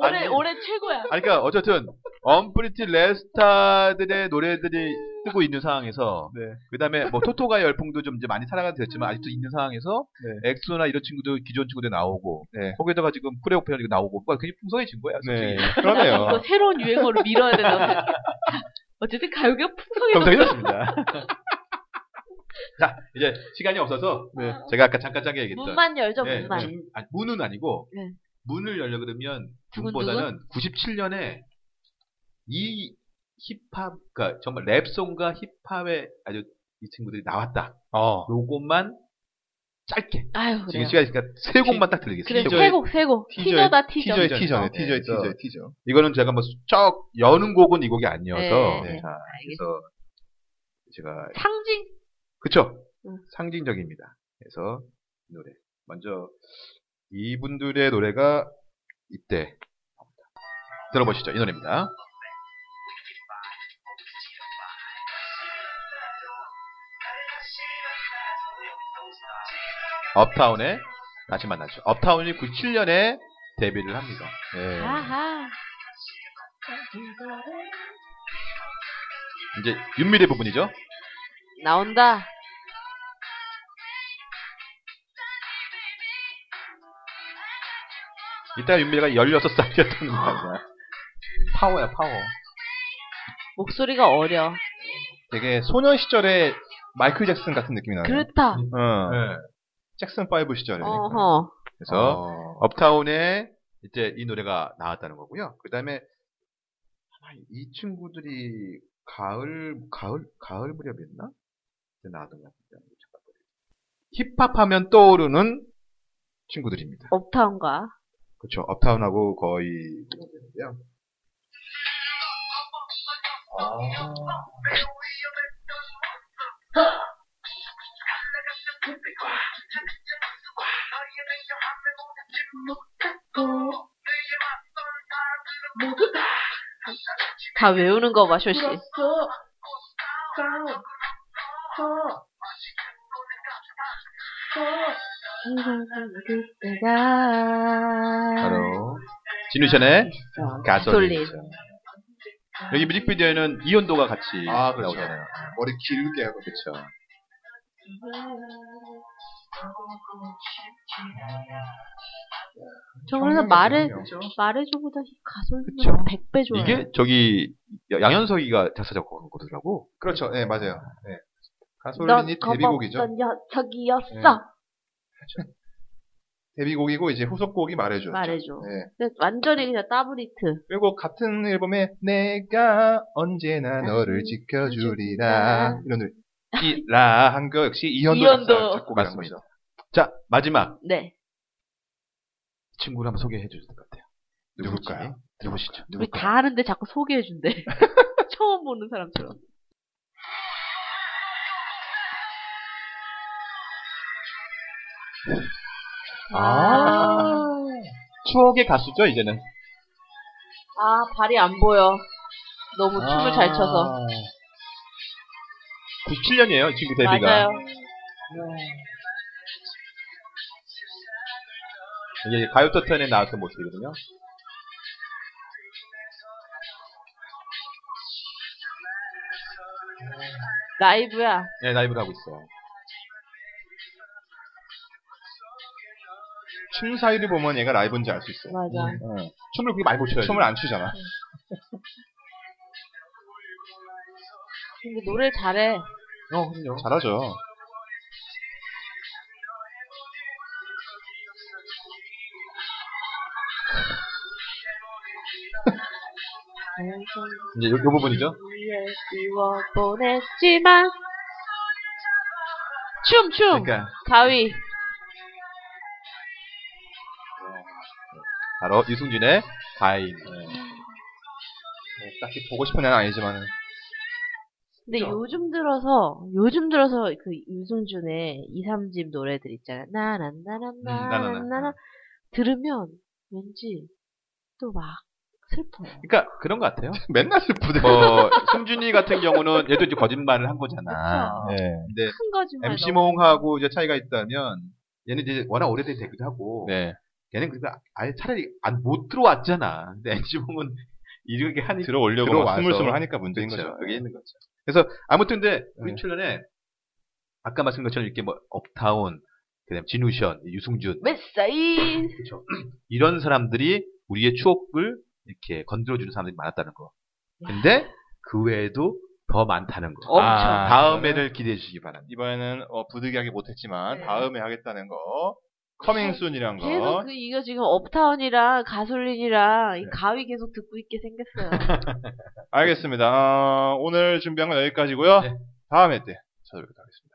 올해
아니.
올해 최고야.
아니, 그러니까 어쨌든 언프리티 레스타들의 노래들이 뜨고 있는 상황에서
네.
그다음에 뭐 토토가 열풍도 좀 이제 많이 살아가 되었지만 아직도 있는 상황에서
네.
엑소나 이런 친구들 기존 친구들 나오고
네.
거기에다가 지금 코레오페라 이거 나오고 그러니까 굉장히 풍성해진 거야. 솔직히.
네.
이거
그러네요.
새로운 유행어로 밀어야 된다고 생각해. 어쨌든 가요계가 풍성해.
풍성해졌습니다. 자 이제 시간이 없어서
네.
제가 아까 잠깐 잠깐 얘기했던
문만 열죠
네,
문만.
문, 아니, 문은 아니고
네.
문을 열려 그러면
두근두근?
문보다는 97년에 이 힙합 그러니까 정말 랩송과 힙합의 아주 이 친구들이 나왔다.
어.
요것만 짧게
아유
지금
그래요.
시간이 그러니까 세 곡만 딱
그래
드리겠습니다.
티저의-
세곡 세곡
티저의-
티저다 티저.
티저의 티저네, 티저의
그래서-
티저의 티저.
이거는 제가 뭐쭉 여는 곡은 이 곡이 아니어서
네, 네.
자, 그래서 제가
상징
그쵸
음.
상징적입니다. 그래서 이 노래 먼저 이분들의 노래가 이때 나옵니다. 들어보시죠 이 노래입니다. 업타운에 다시 만나죠. 업타운이 97년에 데뷔를 합니다. 예.
아하.
이제 윤미래 부분이죠.
나온다.
이따 윤미래가 16살이었던 거 아니야. 파워야 파워.
목소리가 어려.
되게 소년 시절에 마이클 잭슨 같은 느낌이 나요.
그렇다.
어.
네.
잭슨 5 시절에.
어허.
그래서
어.
업타운에 이제 이 노래가 나왔다는 거고요. 그 다음에 이 친구들이 가을 가을 가을 무렵이었나? 그때 나왔던 것 같은데 힙합하면 떠오르는 친구들입니다.
업타운가.
그렇죠. 업타운하고 거의 되는데요.
다 외우는 거 봐, 쇼씨. 아. 바로
바로
아,
진우션의 가솔린.
가솔린.
여기 뮤직비디오에는 이현도가 같이
아, 그렇죠.
나오잖아요.
머리 길게 하고.
그렇죠.
저 그래서 말해 말해줘보다 가솔린 100배 좋아요.
이게 저기 양현석이가 작사 작곡한 부르고 그러더라고.
그렇죠. 네, 맞아요. 네.
넌
가솔린이 데뷔곡이죠.
겁없던 녀석이었어.
네. 데뷔곡이고 이제 후속곡이 말해줘.
말해줘.
네.
근데 완전히 그냥 따브리트.
그리고 같은 앨범에 내가 언제나 너를 음. 지켜주리라 이런 노래. 이라 한 거 역시 이현도,
이현도.
작사, 작곡을 한
맞습니다.
거죠.
자, 마지막
네.
친구를 한번 소개해 주실 것 같아요.
누굴까요?
들어보시죠.
우리 다 아는데 자꾸 소개해준대. 처음 보는 사람처럼.
아. 추억의 가수죠, 이제는.
아, 발이 안 보여. 너무 뭐 춤을 잘
아,
춰서.
97년이에요, 이 친구 데뷔가.
맞아요.
이제 가요토텐에 나왔던 모습이거든요.
라이브야.
네, 라이브를 하고 있어요.
춤 사이를 보면 얘가 라이브인지 알 수 있어요.
맞아.
응.
춤을 그렇게 많이 못 춰요.
춤을 안 추잖아.
근데 노래 잘해.
어, 그럼요.
잘하죠.
이제 요, 요 부분이죠.
위에 띄워 보냈지만 춤, 춤.
그러니까
가위.
바로 유승준의 네, 가인.
뭐 딱히 보고 싶은 애는 아니지만
근데
그죠?
요즘 들어서 요즘 들어서 그 유승준의 2, 3집 노래들 있잖아.
음, 나나나.
나나나나나나나 들으면 왠지 또 막 슬퍼요.
그러니까 그런 것 같아요.
맨날 슬프대.
뭐 승준이 같은 경우는 얘도 이제 거짓말을 한 거잖아.
네.
근데
큰 거짓말.
MC 모홍하고 이제 차이가 있다면 얘는 이제 워낙 오래된 데기도 하고
네.
얘는 그러니까 아예 차라리 안 못 들어왔잖아. 근데 MC 모홍은 이렇게 하니까
들어오려고 막
들어와서.
스물스물 하니까 문제인
그렇죠.
거죠.
그게 있는 거죠. 그래서 아무튼 근데 우리
네.
출연에 아까 말씀드린 것처럼 이렇게 뭐 업타운, 그다음 진우션, 유승준
메사이
그렇죠. 이런 사람들이 우리의 추억을 이렇게 건드려주는 사람들이 많았다는 거. 근데 그 외에도 더 많다는 거.
엄청.
아,
다음 회를 기대해 주시기 바랍니다.
이번에는 어, 부득이하게 못했지만
네. 어,
다음에 하겠다는 거. 커밍순이란
뭐.
계속
거.
그 이거 지금 업타운이랑 가솔린이랑 이
네.
가위 계속 듣고 있게 생겼어요.
알겠습니다. 아, 오늘 준비한 건 여기까지고요.
네.
다음에 때 찾아뵙도록 하겠습니다.